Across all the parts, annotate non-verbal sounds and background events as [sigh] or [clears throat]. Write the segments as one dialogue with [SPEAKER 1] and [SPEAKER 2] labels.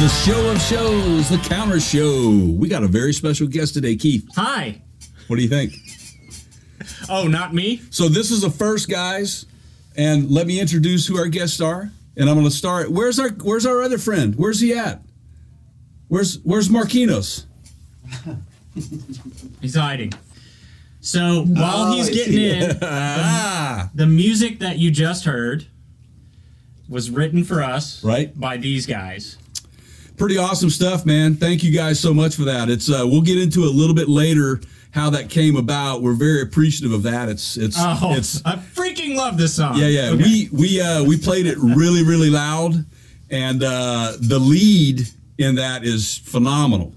[SPEAKER 1] The show of shows, the counter show. We got a very special guest today, Keith.
[SPEAKER 2] Hi.
[SPEAKER 1] What do you think?
[SPEAKER 2] Oh, not me?
[SPEAKER 1] So this is the first, guys, and let me introduce who our guests are. And I'm going to start. Where's our Where's our other friend? Where's he at? Where's Where's Marquinos?
[SPEAKER 2] He's hiding. So while he's getting
[SPEAKER 1] [laughs]
[SPEAKER 2] in,
[SPEAKER 1] Ah,
[SPEAKER 2] the music that you just heard was written for us
[SPEAKER 1] Right.
[SPEAKER 2] by these guys.
[SPEAKER 1] pretty awesome stuff, man. Thank you guys so much for that. It's uh, we'll get into a little bit later how that came about. We're very appreciative of that. It's it's
[SPEAKER 2] Oh,
[SPEAKER 1] it's
[SPEAKER 2] I freaking love this song.
[SPEAKER 1] Yeah, yeah.
[SPEAKER 2] Okay.
[SPEAKER 1] We we uh, we played it really, really loud, and uh, the lead in that is phenomenal.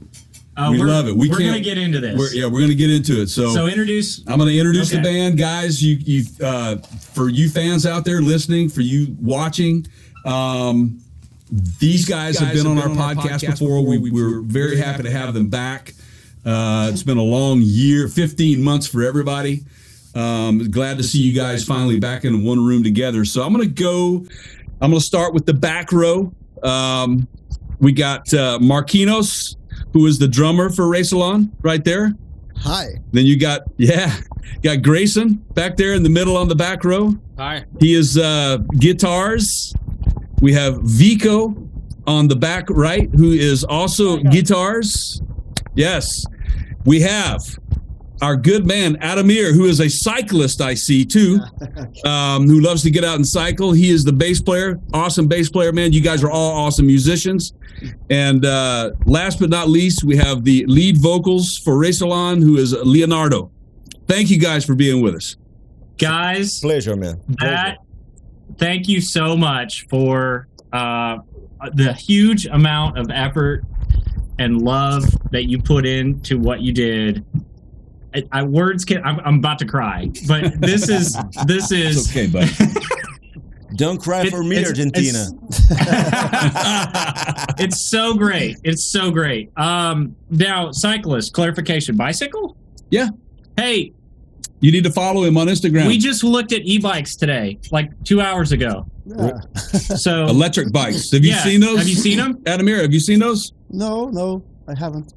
[SPEAKER 2] Uh,
[SPEAKER 1] we
[SPEAKER 2] we're-
[SPEAKER 1] love it. We
[SPEAKER 2] we're
[SPEAKER 1] can't-
[SPEAKER 2] gonna get into this.
[SPEAKER 1] We're, yeah, we're gonna get into it. So,
[SPEAKER 2] So introduce.
[SPEAKER 1] I'm gonna introduce the
[SPEAKER 2] Okay.
[SPEAKER 1] band, guys. You you uh, for you fans out there listening, for you watching. Um, these guys, have been on our podcast, before. We, we were very happy to have them back. Uh, it's been a long year, 15 months for everybody. Um, glad to see you guys finally back in one room together. So I'm going to go, I'm going to start with the back row. Um, we got uh, Marquinos, who is the drummer for Racelon, right there.
[SPEAKER 3] Hi.
[SPEAKER 1] Then you got, [laughs] yeah, got Grayson back there in the middle on the back row.
[SPEAKER 4] Hi.
[SPEAKER 1] He is uh, guitars. We have Vico on the back right, who is also guitars. Yes. We have our good man, Adamir, who is a cyclist, I see too, um, who loves to get out and cycle. He is the bass player, awesome bass player, man. You guys are all awesome musicians. And uh, last but not least, we have the lead vocals for Racelon, who is Leonardo. Thank you guys for being with us.
[SPEAKER 2] Guys,
[SPEAKER 3] Pleasure, man.
[SPEAKER 2] that thank you so much for uh, the huge amount of effort and love that you put into what you did I, I words can I'm, I'm about to cry but this is this
[SPEAKER 1] It's
[SPEAKER 2] is
[SPEAKER 1] okay, buddy.
[SPEAKER 4] Don't cry
[SPEAKER 2] it-
[SPEAKER 4] for me,
[SPEAKER 2] it's-
[SPEAKER 4] Argentina.
[SPEAKER 2] it's- [laughs] it's so great it's so great um now cyclist clarification bicycle
[SPEAKER 1] Yeah.
[SPEAKER 2] hey
[SPEAKER 1] You need to follow him on Instagram.
[SPEAKER 2] we just looked at e-bikes today like two hours ago so
[SPEAKER 1] Electric bikes. [laughs] Have you
[SPEAKER 2] Yeah.
[SPEAKER 1] seen those?
[SPEAKER 2] Have you seen 'em?
[SPEAKER 1] Adamir, have you seen those?
[SPEAKER 3] No, no, I haven't.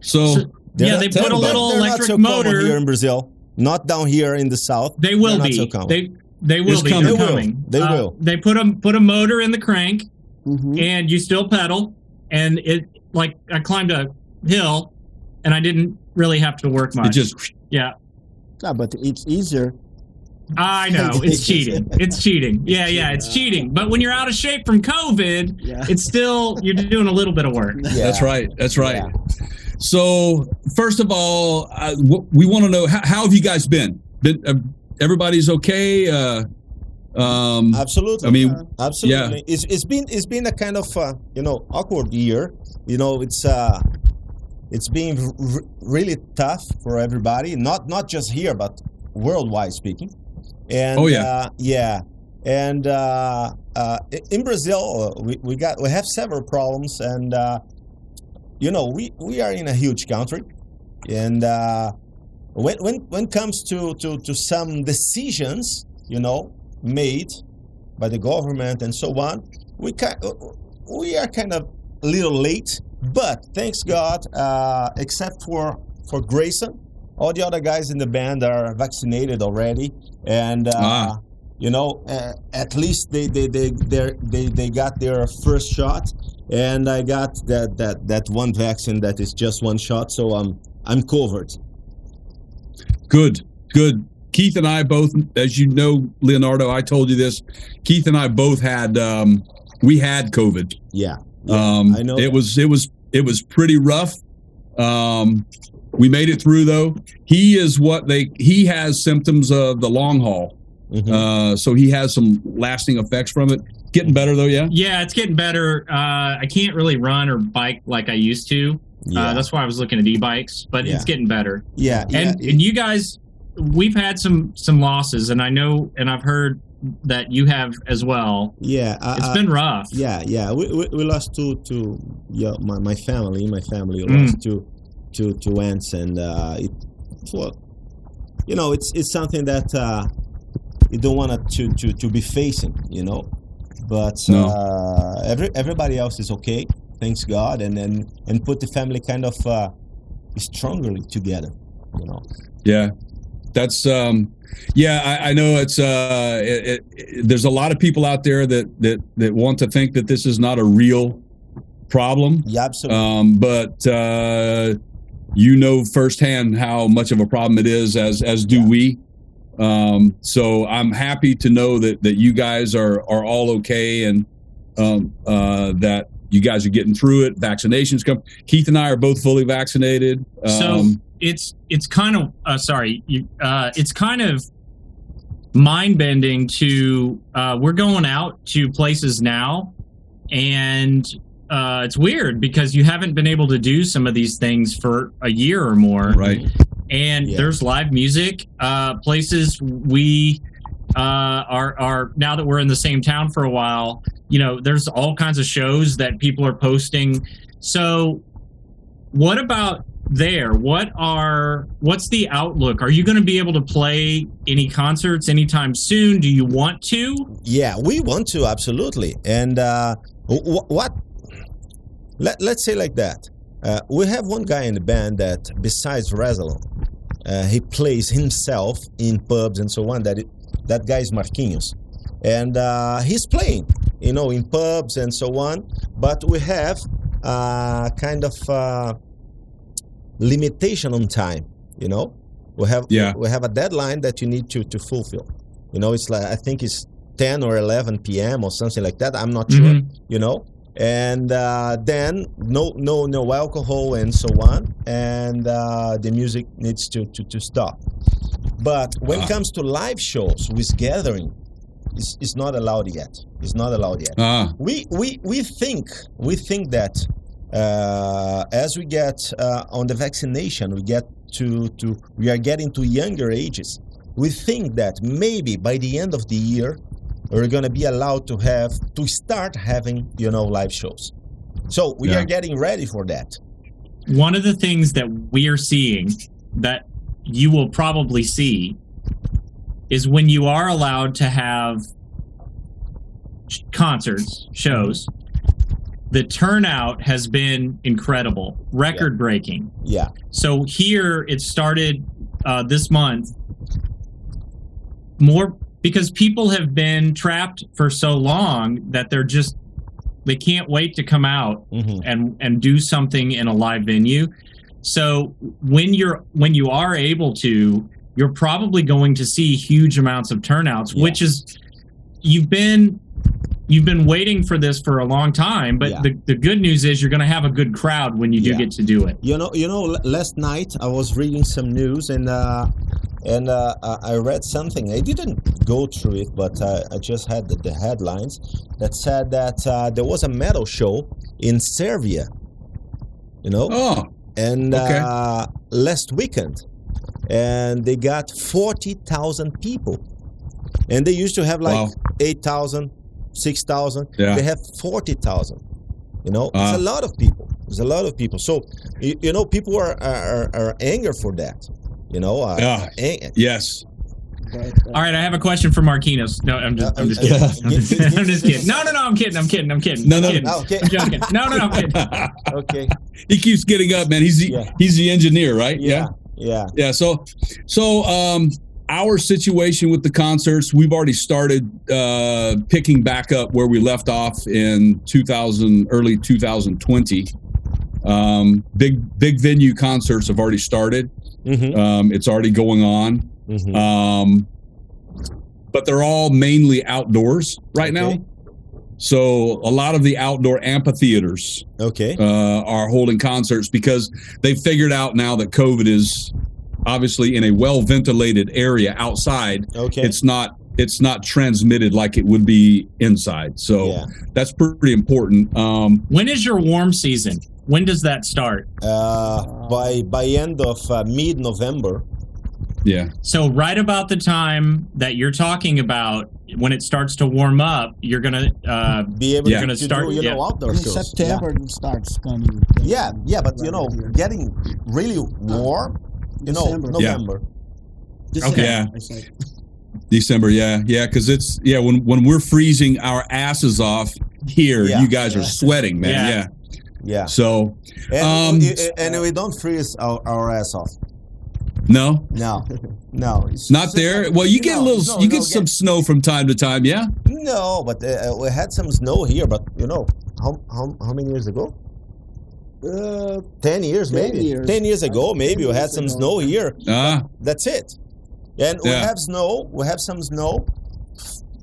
[SPEAKER 1] So,
[SPEAKER 2] So- yeah, they put a little
[SPEAKER 4] They're
[SPEAKER 2] electric
[SPEAKER 4] not so
[SPEAKER 2] motor.
[SPEAKER 4] common here in Brazil. Not down here in the south.
[SPEAKER 2] They will
[SPEAKER 4] They're not
[SPEAKER 2] be.
[SPEAKER 4] so common.
[SPEAKER 2] they they will
[SPEAKER 1] It's
[SPEAKER 2] be.
[SPEAKER 1] coming.
[SPEAKER 2] They're
[SPEAKER 1] They
[SPEAKER 4] will.
[SPEAKER 2] coming. Uh,
[SPEAKER 4] They will.
[SPEAKER 2] They put a put a motor in the crank,
[SPEAKER 3] Mhm.
[SPEAKER 2] and you still pedal. And it like I climbed a hill, and I didn't really have to work
[SPEAKER 1] it
[SPEAKER 2] much.
[SPEAKER 1] just
[SPEAKER 2] yeah,
[SPEAKER 3] Yeah, Ah, but it's easier.
[SPEAKER 2] I
[SPEAKER 1] [laughs]
[SPEAKER 2] know it's cheating. It's cheating. Yeah, yeah, it's cheating. But when you're out of shape from COVID,
[SPEAKER 3] Yeah.
[SPEAKER 2] it's still you're doing a little bit of work.
[SPEAKER 3] Yeah.
[SPEAKER 1] that's right. That's right.
[SPEAKER 3] Yeah.
[SPEAKER 1] So, first of all, I, w- we want to know how, how have you guys been? Been uh, everybody's okay? Uh, um,
[SPEAKER 4] Absolutely.
[SPEAKER 1] I mean,
[SPEAKER 4] Absolutely. It's, it's been it's been a kind of uh, you know awkward year. You know, it's uh it's been r- r- really tough for everybody. Not not just here, but worldwide speaking. And
[SPEAKER 1] Oh, yeah.
[SPEAKER 4] uh, yeah, and uh, uh, i- in Brazil uh, we, we got we have several problems, and uh, you know we we are in a huge country, and. Uh, when when when comes to, to, to some decisions, you know, made by the government and so on, we ki uh, we are kind of a little late. But thanks God, uh, except for for Grayson, all the other guys in the band are vaccinated already, and uh,
[SPEAKER 1] Ah.
[SPEAKER 4] you know, uh, at least they they they they're- they they got their first shot, and I got that that that one vaccine that is just one shot, so I'm I'm covered.
[SPEAKER 1] good, good. Keith and I both, as you know, Leonardo, I told you this. Keith and I both had, um, we had COVID.
[SPEAKER 4] Yeah.
[SPEAKER 1] Um,
[SPEAKER 4] I know
[SPEAKER 1] It
[SPEAKER 4] that.
[SPEAKER 1] was it was it was pretty rough. Um, we made it through though. He is what they he has symptoms of the long haul,
[SPEAKER 4] Mhm.
[SPEAKER 1] uh, so he has some lasting effects from it. Getting better though, yeah.
[SPEAKER 2] Yeah, it's getting better. Uh, I can't really run or bike like I used to. Uh,
[SPEAKER 4] yeah.
[SPEAKER 2] that's why I was looking at e-bikes, but
[SPEAKER 4] Yeah.
[SPEAKER 2] it's getting better.
[SPEAKER 4] yeah.
[SPEAKER 2] and
[SPEAKER 4] yeah.
[SPEAKER 2] and you guys we've had some some losses and i know and i've heard that you have as well.
[SPEAKER 4] Yeah, uh,
[SPEAKER 2] It's
[SPEAKER 4] uh,
[SPEAKER 2] been rough.
[SPEAKER 4] yeah, yeah. We, we, we lost two two yeah my, my family my family
[SPEAKER 2] Mm.
[SPEAKER 4] lost two two two aunts and uh, it well, you know it's it's something that uh, you don't want to to to be facing you know, but
[SPEAKER 1] No.
[SPEAKER 4] uh, every everybody else is okay thanks God and and and put the family kind of uh, strongly together you know.
[SPEAKER 1] Yeah, that's um, yeah. I, I know it's uh, it, it, it- there's a lot of people out there that that that want to think that this is not a real problem,
[SPEAKER 4] Yeah, absolutely.
[SPEAKER 1] [laughs] um, but uh, you know firsthand how much of a problem it is, as as do we. Um, so I'm happy to know that that you guys are are all okay and um, uh, that you guys are getting through it. Vaccinations come. Keith and I are both fully vaccinated. Um,
[SPEAKER 2] So- it's it's kind of uh, sorry you, uh, it's kind of mind bending to uh, we're going out to places now and uh, it's weird because you haven't been able to do some of these things for a year or more
[SPEAKER 1] right.
[SPEAKER 2] and
[SPEAKER 4] Yeah.
[SPEAKER 2] there's live music uh, places we uh, are are now that we're in the same town for a while you know there's all kinds of shows that people are posting so what about there what are what's the outlook are you going to be able to play any concerts anytime soon do you want to
[SPEAKER 4] Yeah, we want to absolutely. And uh, wh- what? Let Let's say like that. Uh, we have one guy in the band that, besides Razalon, uh, he plays himself in pubs and so on. That it, that guy is Marquinhos, and uh, he's playing, you know, in pubs and so on. But we have uh, kind of uh, limitation on time, you know. We have
[SPEAKER 1] Yeah.
[SPEAKER 4] we have a deadline that you need to to fulfill. You know, it's like I think it's 10 or 11 p.m. or something like that. I'm not sure,
[SPEAKER 2] Mhm.
[SPEAKER 4] you know. And uh, then no, no, no alcohol and so on, and uh, the music needs to to, to stop. But when
[SPEAKER 1] Ah.
[SPEAKER 4] it comes to live shows with gathering, it's, it's not allowed yet. It's not allowed yet
[SPEAKER 1] Ah,
[SPEAKER 4] we we we think we think that uh, as we get uh, on the vaccination, we get to to we are getting to younger ages. We think that maybe by the end of the year, we're gonna be allowed to have to start having you know live shows. So we
[SPEAKER 1] Yeah.
[SPEAKER 4] are getting ready for that.
[SPEAKER 2] one of the things that we're seeing that you will probably see is when you are allowed to have sh- concerts, shows, the turnout has been incredible, record breaking.
[SPEAKER 4] Yeah,
[SPEAKER 2] So here it started uh, this month more because people have been trapped for so long that they're just they can't wait to come out
[SPEAKER 4] hmm
[SPEAKER 2] and and do something in a live venue. So when you're when you are able to, you're probably going to see huge amounts of turnouts,
[SPEAKER 4] Yeah.
[SPEAKER 2] which is you've been you've been waiting for this for a long time. But
[SPEAKER 4] Yeah.
[SPEAKER 2] the, the good news is you're going to have a good crowd when you do
[SPEAKER 4] Yeah.
[SPEAKER 2] get to do it.
[SPEAKER 4] you know, you know. l- Last night I was reading some news and. Uh, and uh, I I read something. I didn't go through it, but uh, I just had the, the headlines that said that uh, there was a metal show in Serbia, you know,
[SPEAKER 1] oh,
[SPEAKER 4] and
[SPEAKER 1] okay.
[SPEAKER 4] uh, last weekend, and they got forty thousand people, and they used to have like
[SPEAKER 1] wow.
[SPEAKER 4] eight thousand, six thousand.
[SPEAKER 1] Yeah.
[SPEAKER 4] They have 40,000. You know,
[SPEAKER 1] Ah.
[SPEAKER 4] it's a lot of people. It's a lot of people. So, you, you know, people are, are, are- are anger for that. You know, uh,
[SPEAKER 1] Yeah.
[SPEAKER 4] ang-
[SPEAKER 1] Ah, Yes.
[SPEAKER 3] But, uh,
[SPEAKER 2] All right, I have a question for Marquinhos. No, I'm just I'm
[SPEAKER 4] Uh,
[SPEAKER 2] just kidding. I'm just, [laughs]
[SPEAKER 4] [laughs]
[SPEAKER 2] I'm just kidding. No, no, no, I'm kidding. I'm kidding. I'm kidding.
[SPEAKER 1] No,
[SPEAKER 2] I'm
[SPEAKER 1] no,
[SPEAKER 2] kidding.
[SPEAKER 4] Ah, okay.
[SPEAKER 2] I'm joking. No, no, no, I'm kidding.
[SPEAKER 4] [laughs] Okay.
[SPEAKER 1] he keeps getting up, man. He's the,
[SPEAKER 4] Yeah.
[SPEAKER 1] he's the engineer, right?
[SPEAKER 4] Yeah. Yeah.
[SPEAKER 1] Yeah. So so um our situation with the concerts, we've already started uh picking back up where we left off in 2000 early 2020. Um big big venue concerts have already started.
[SPEAKER 4] Mm-hmm.
[SPEAKER 1] Um it's already going on.
[SPEAKER 2] Ah.
[SPEAKER 4] Mm-hmm.
[SPEAKER 1] Um but they're all mainly outdoors right
[SPEAKER 4] Okay.
[SPEAKER 1] now. So a lot of the outdoor amphitheaters
[SPEAKER 4] Okay.
[SPEAKER 1] uh, are holding concerts because they've figured out now that COVID is obviously in a well ventilated area outside.
[SPEAKER 4] Okay.
[SPEAKER 1] It's not it's not transmitted like it would be inside. So
[SPEAKER 4] yeah.
[SPEAKER 1] that's pretty important. Um,
[SPEAKER 2] When is your warm season? When does that start?
[SPEAKER 4] Uh, by by end of uh, mid November.
[SPEAKER 1] yeah,
[SPEAKER 2] So right about the time that you're talking about, when it starts to warm up, you're gonna
[SPEAKER 4] [laughs]
[SPEAKER 2] uh,
[SPEAKER 4] Be able
[SPEAKER 1] Yeah.
[SPEAKER 4] to
[SPEAKER 2] Gonna start-
[SPEAKER 4] do you know
[SPEAKER 2] yeah.
[SPEAKER 4] outdoor
[SPEAKER 3] In
[SPEAKER 4] shows. Yeah.
[SPEAKER 3] September it starts coming.
[SPEAKER 4] Yeah, yeah, but you know, getting really warm, you know,
[SPEAKER 3] December.
[SPEAKER 1] Yeah.
[SPEAKER 4] November.
[SPEAKER 3] December,
[SPEAKER 2] Okay.
[SPEAKER 1] Yeah.
[SPEAKER 3] I said.
[SPEAKER 1] December, yeah, yeah, because it's yeah when when we're freezing our asses off here,
[SPEAKER 4] Yeah.
[SPEAKER 1] you guys are
[SPEAKER 3] Yeah.
[SPEAKER 1] sweating, man.
[SPEAKER 2] Yeah.
[SPEAKER 1] Yeah.
[SPEAKER 4] Yeah,
[SPEAKER 1] So
[SPEAKER 4] and,
[SPEAKER 1] Um,
[SPEAKER 4] we- and we don't freeze our, our ass off.
[SPEAKER 1] no, [laughs]
[SPEAKER 4] No, no, it's
[SPEAKER 1] not
[SPEAKER 4] it's-
[SPEAKER 1] there. Well, you get a
[SPEAKER 4] uh, No,
[SPEAKER 1] little,
[SPEAKER 4] no,
[SPEAKER 1] you
[SPEAKER 4] no,
[SPEAKER 1] get some snow from time to time. Yeah.
[SPEAKER 4] No, but uh, we had some snow here, but you know, how how, how many years ago?
[SPEAKER 3] Uh,
[SPEAKER 4] Ten years,
[SPEAKER 3] 10
[SPEAKER 4] maybe.
[SPEAKER 3] years.
[SPEAKER 4] Ten years ago, maybe we had
[SPEAKER 3] years
[SPEAKER 4] some
[SPEAKER 3] ago.
[SPEAKER 4] snow here.
[SPEAKER 1] Ah,
[SPEAKER 4] That's it. And we
[SPEAKER 1] Yeah.
[SPEAKER 4] have snow. We have some snow.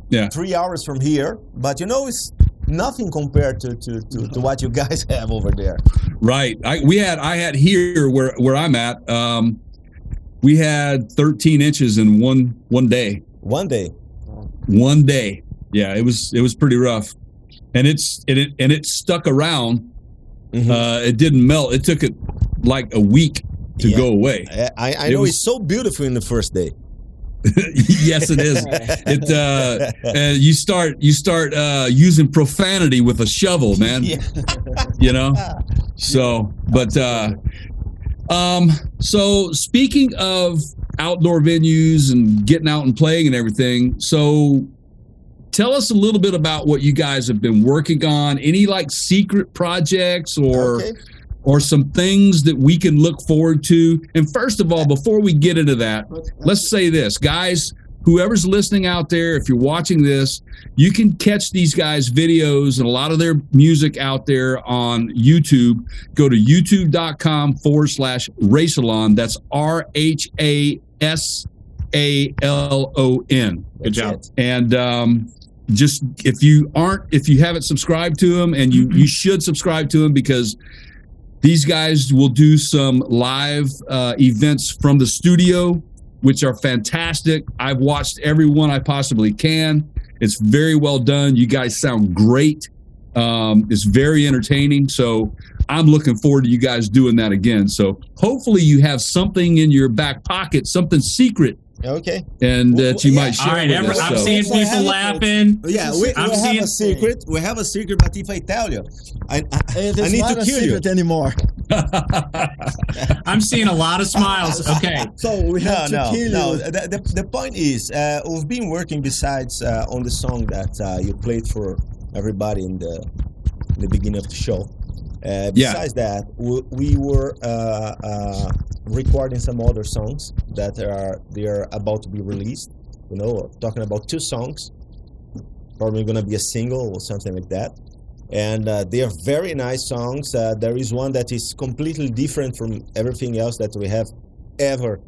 [SPEAKER 1] Yeah.
[SPEAKER 4] Three hours from here, but you know, it's nothing compared to to, to,
[SPEAKER 1] Mm-hmm.
[SPEAKER 4] to what you guys [laughs] have over there.
[SPEAKER 1] right. I we had I had here where where I'm at. Um, we had 13 inches in one one day.
[SPEAKER 4] One day.
[SPEAKER 1] One day. Yeah, it was it was pretty rough, and it's and it and it stuck around.
[SPEAKER 4] Mm-hmm.
[SPEAKER 1] Uh, it didn't melt. It took it like a week to
[SPEAKER 4] Yeah.
[SPEAKER 1] go away. [laughs]
[SPEAKER 4] I- I, I
[SPEAKER 1] it
[SPEAKER 4] know
[SPEAKER 1] was-
[SPEAKER 4] it's so beautiful in the first day.
[SPEAKER 1] yes, it is.
[SPEAKER 4] [laughs]
[SPEAKER 1] It uh, uh, you start you start uh, using profanity with a shovel, man.
[SPEAKER 4] Yeah.
[SPEAKER 1] You
[SPEAKER 4] [laughs]
[SPEAKER 1] know, so but uh, um, so speaking of outdoor venues and getting out and playing and everything, so tell us a little bit about what you guys have been working on. Any like secret projects or
[SPEAKER 4] Okay.
[SPEAKER 1] or some things that we can look forward to. And first of all, before we get into that, let's say this guys whoever's listening out there if you're watching this you can catch these guys videos and a lot of their music out there on youtube go to youtube.com forward slash racealon that's r-h-a-s-a-l-o-n
[SPEAKER 2] good job.
[SPEAKER 1] and um, just if you aren't if you haven't subscribed to them and
[SPEAKER 4] Mm-hmm.
[SPEAKER 1] you you should subscribe to them because these guys will do some live uh, events from the studio which are fantastic i've watched every one i possibly can it's very well done you guys sound great um, it's very entertaining so i'm looking forward to you guys doing that again so hopefully you have something in your back pocket something secret
[SPEAKER 4] Okay.
[SPEAKER 1] and
[SPEAKER 4] Well,
[SPEAKER 1] that you
[SPEAKER 4] yeah,
[SPEAKER 1] might share
[SPEAKER 2] All right,
[SPEAKER 1] with
[SPEAKER 2] every,
[SPEAKER 1] us
[SPEAKER 2] I'm
[SPEAKER 1] so.
[SPEAKER 2] seeing
[SPEAKER 4] So I have
[SPEAKER 2] people
[SPEAKER 4] it.
[SPEAKER 2] laughing.
[SPEAKER 4] Yeah, we, we
[SPEAKER 2] I'm
[SPEAKER 4] have
[SPEAKER 2] seeing-
[SPEAKER 4] a secret. We have a secret, but if I tell you, I, I,
[SPEAKER 3] It
[SPEAKER 4] I
[SPEAKER 3] is
[SPEAKER 4] need
[SPEAKER 3] not
[SPEAKER 4] to
[SPEAKER 3] a
[SPEAKER 4] kill you.
[SPEAKER 3] secret anymore.
[SPEAKER 2] I'm seeing a lot of smiles. Okay,
[SPEAKER 3] [laughs] So we
[SPEAKER 4] no,
[SPEAKER 3] have to
[SPEAKER 4] no,
[SPEAKER 3] kill
[SPEAKER 4] no.
[SPEAKER 3] you.
[SPEAKER 4] The, the, the point is, uh, we've been working besides uh, on the song that uh, you played for everybody in the in the beginning of the show. Uh,
[SPEAKER 1] Yeah.
[SPEAKER 4] besides that, we, we were uh, uh, recording some other songs that are they are about to be released. You know, talking about two songs, probably gonna be a single or something like that. And uh, they are very nice songs. Uh, there is one that is completely different from everything else that we have ever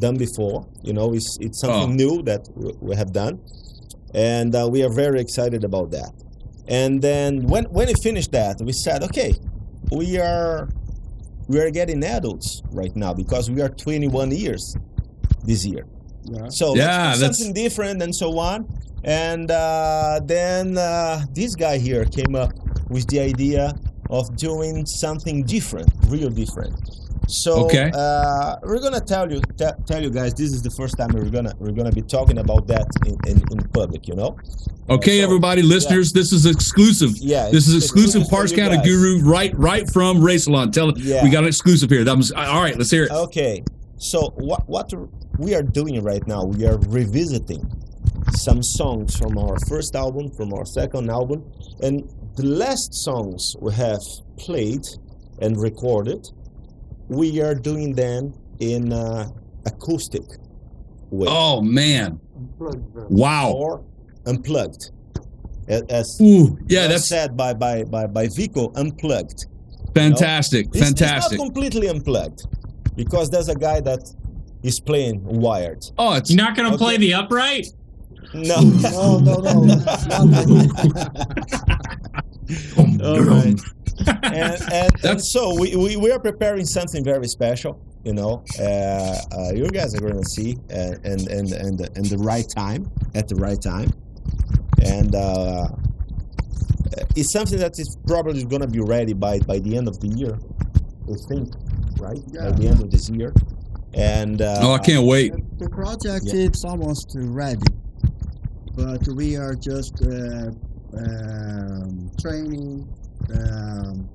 [SPEAKER 4] done before. You know, it's it's something
[SPEAKER 1] Oh.
[SPEAKER 4] new that we, we have done, and uh, we are very excited about that. And then when when we finished that, we said, okay, we are we are getting adults right now because we are 21 years this year.
[SPEAKER 3] Yeah.
[SPEAKER 4] So
[SPEAKER 1] Yeah,
[SPEAKER 4] let's do
[SPEAKER 1] Ah, that's-
[SPEAKER 4] something different and so on. And uh, then uh, this guy here came up with the idea of doing something different, real different. So
[SPEAKER 1] Okay.
[SPEAKER 4] uh, we're gonna tell you te- tell you guys this is the first time we're gonna we're gonna be talking about that in, in, in public, you know?
[SPEAKER 1] Okay,
[SPEAKER 4] So,
[SPEAKER 1] everybody, listeners, this is exclusive.
[SPEAKER 4] Yeah.
[SPEAKER 1] This is
[SPEAKER 4] it's- it's
[SPEAKER 1] exclusive
[SPEAKER 4] for
[SPEAKER 1] Parks
[SPEAKER 4] you
[SPEAKER 1] County
[SPEAKER 4] guys.
[SPEAKER 1] Guru, right, right from Racealon. Tell it.
[SPEAKER 4] Yeah. Oh,
[SPEAKER 1] We got an exclusive here. That was all right. Let's hear it.
[SPEAKER 4] Okay, so what what we are doing right now? We are revisiting some songs from our first album, from our second album, and the last songs we have played and recorded. We are doing them in uh, acoustic way
[SPEAKER 1] Oh man!
[SPEAKER 4] [laughs]
[SPEAKER 1] Wow.
[SPEAKER 4] or unplugged, A- as
[SPEAKER 1] Ooh, yeah,
[SPEAKER 4] was
[SPEAKER 1] that's
[SPEAKER 4] said by by by by Vico, unplugged.
[SPEAKER 1] fantastic.
[SPEAKER 4] It's-
[SPEAKER 1] Fantastic.
[SPEAKER 4] It's not completely unplugged because there's a guy that is playing wired.
[SPEAKER 1] Oh, it's
[SPEAKER 2] you're not gonna
[SPEAKER 4] Okay.
[SPEAKER 2] play the upright.
[SPEAKER 1] [laughs]
[SPEAKER 4] No.
[SPEAKER 3] No, no,
[SPEAKER 4] [laughs]
[SPEAKER 3] no. It's not like-
[SPEAKER 4] [laughs] All right. and, and, and
[SPEAKER 1] That's-
[SPEAKER 4] so we, we, we are preparing something very special. You know, uh, uh, you guys are going to see uh, and and and and the right time at the right time, and uh, uh, it's something that is probably going to be ready by by the end of the year. We think, right? By the end of this year, and
[SPEAKER 1] [laughs]
[SPEAKER 4] uh,
[SPEAKER 1] oh, I can't wait.
[SPEAKER 3] The project
[SPEAKER 4] Yeah.
[SPEAKER 3] it's almost ready. but we are just uh, um, training, um,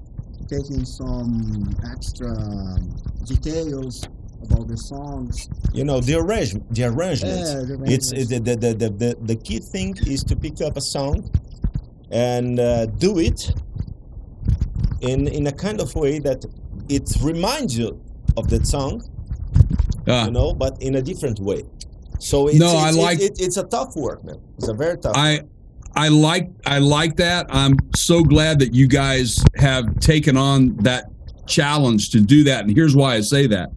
[SPEAKER 3] taking some extra details about the songs.
[SPEAKER 4] You know the arrangement. The arrangement.
[SPEAKER 3] Yeah, the
[SPEAKER 4] It's
[SPEAKER 3] arrangements.
[SPEAKER 4] the, the, the, the, the, the key thing is to pick up a song and uh, do it in, in a kind of way that it reminds you of that song,
[SPEAKER 1] Uh,
[SPEAKER 4] you know, but in a different way. So it's,
[SPEAKER 1] No,
[SPEAKER 4] it's,
[SPEAKER 1] I
[SPEAKER 4] it-
[SPEAKER 1] like-
[SPEAKER 4] it, it's a tough work, man. It's a very tough.
[SPEAKER 1] I I like I like that. I'm so glad that you guys have taken on that challenge to do that. And here's why I say that.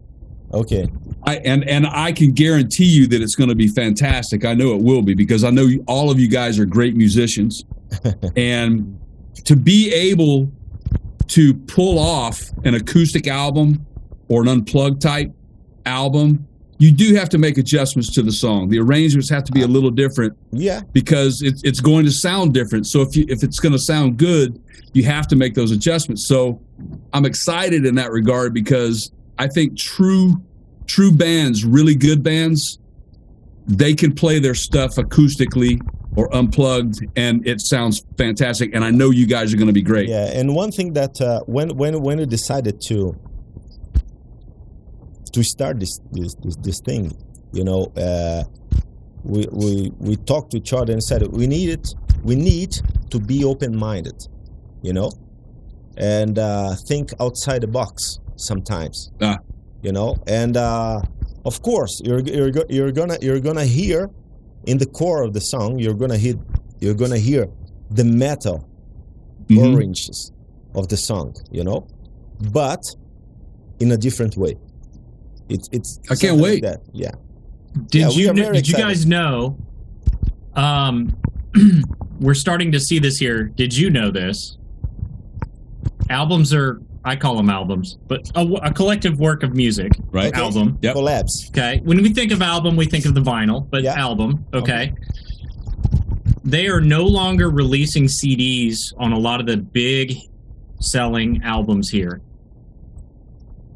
[SPEAKER 4] okay.
[SPEAKER 1] I and and I can guarantee you that it's going to be fantastic. I know it will be because I know you- all of you guys are great musicians, and to be able to pull off an acoustic album or an unplugged type album, you do have to make adjustments to the song. The arrangements have to be a little different
[SPEAKER 4] Yeah.
[SPEAKER 1] because it's it's going to sound different. So if you if it's going to sound good, you have to make those adjustments. So I'm excited in that regard because I think true true bands, really good bands, they can play their stuff acoustically or unplugged, and it sounds fantastic. And I know you guys are going to be great.
[SPEAKER 4] Yeah, and one thing that uh, when when when we decided to to start this this this, this thing, you know, uh, we we we talked to each other and said we need it. We need to be open minded, you know, and uh, think outside the box sometimes.
[SPEAKER 1] Ah.
[SPEAKER 4] You know, and uh, of course you're you're go- you're gonna you're gonna hear in the core of the song you're gonna hit you're gonna hear the metal
[SPEAKER 1] Mhm.
[SPEAKER 4] oranges of the song, you know, but in a different way. It's it's.
[SPEAKER 1] I can't
[SPEAKER 4] something like
[SPEAKER 1] wait.
[SPEAKER 4] that. Yeah.
[SPEAKER 2] Did
[SPEAKER 4] Yeah, we
[SPEAKER 2] you
[SPEAKER 4] are
[SPEAKER 2] kn-
[SPEAKER 4] very
[SPEAKER 2] did you
[SPEAKER 4] excited.
[SPEAKER 2] guys know? Um, [clears throat] we're starting to see this here. Did you know this? Albums are I call them albums, but a, w- a collective work of music
[SPEAKER 1] Right.
[SPEAKER 4] Okay.
[SPEAKER 2] album.
[SPEAKER 1] Yep.
[SPEAKER 4] Collapse.
[SPEAKER 2] Okay. When we think of album, we think of the vinyl, but
[SPEAKER 4] Yeah.
[SPEAKER 2] album. Okay. They are no longer releasing CDs on a lot of the big selling albums here.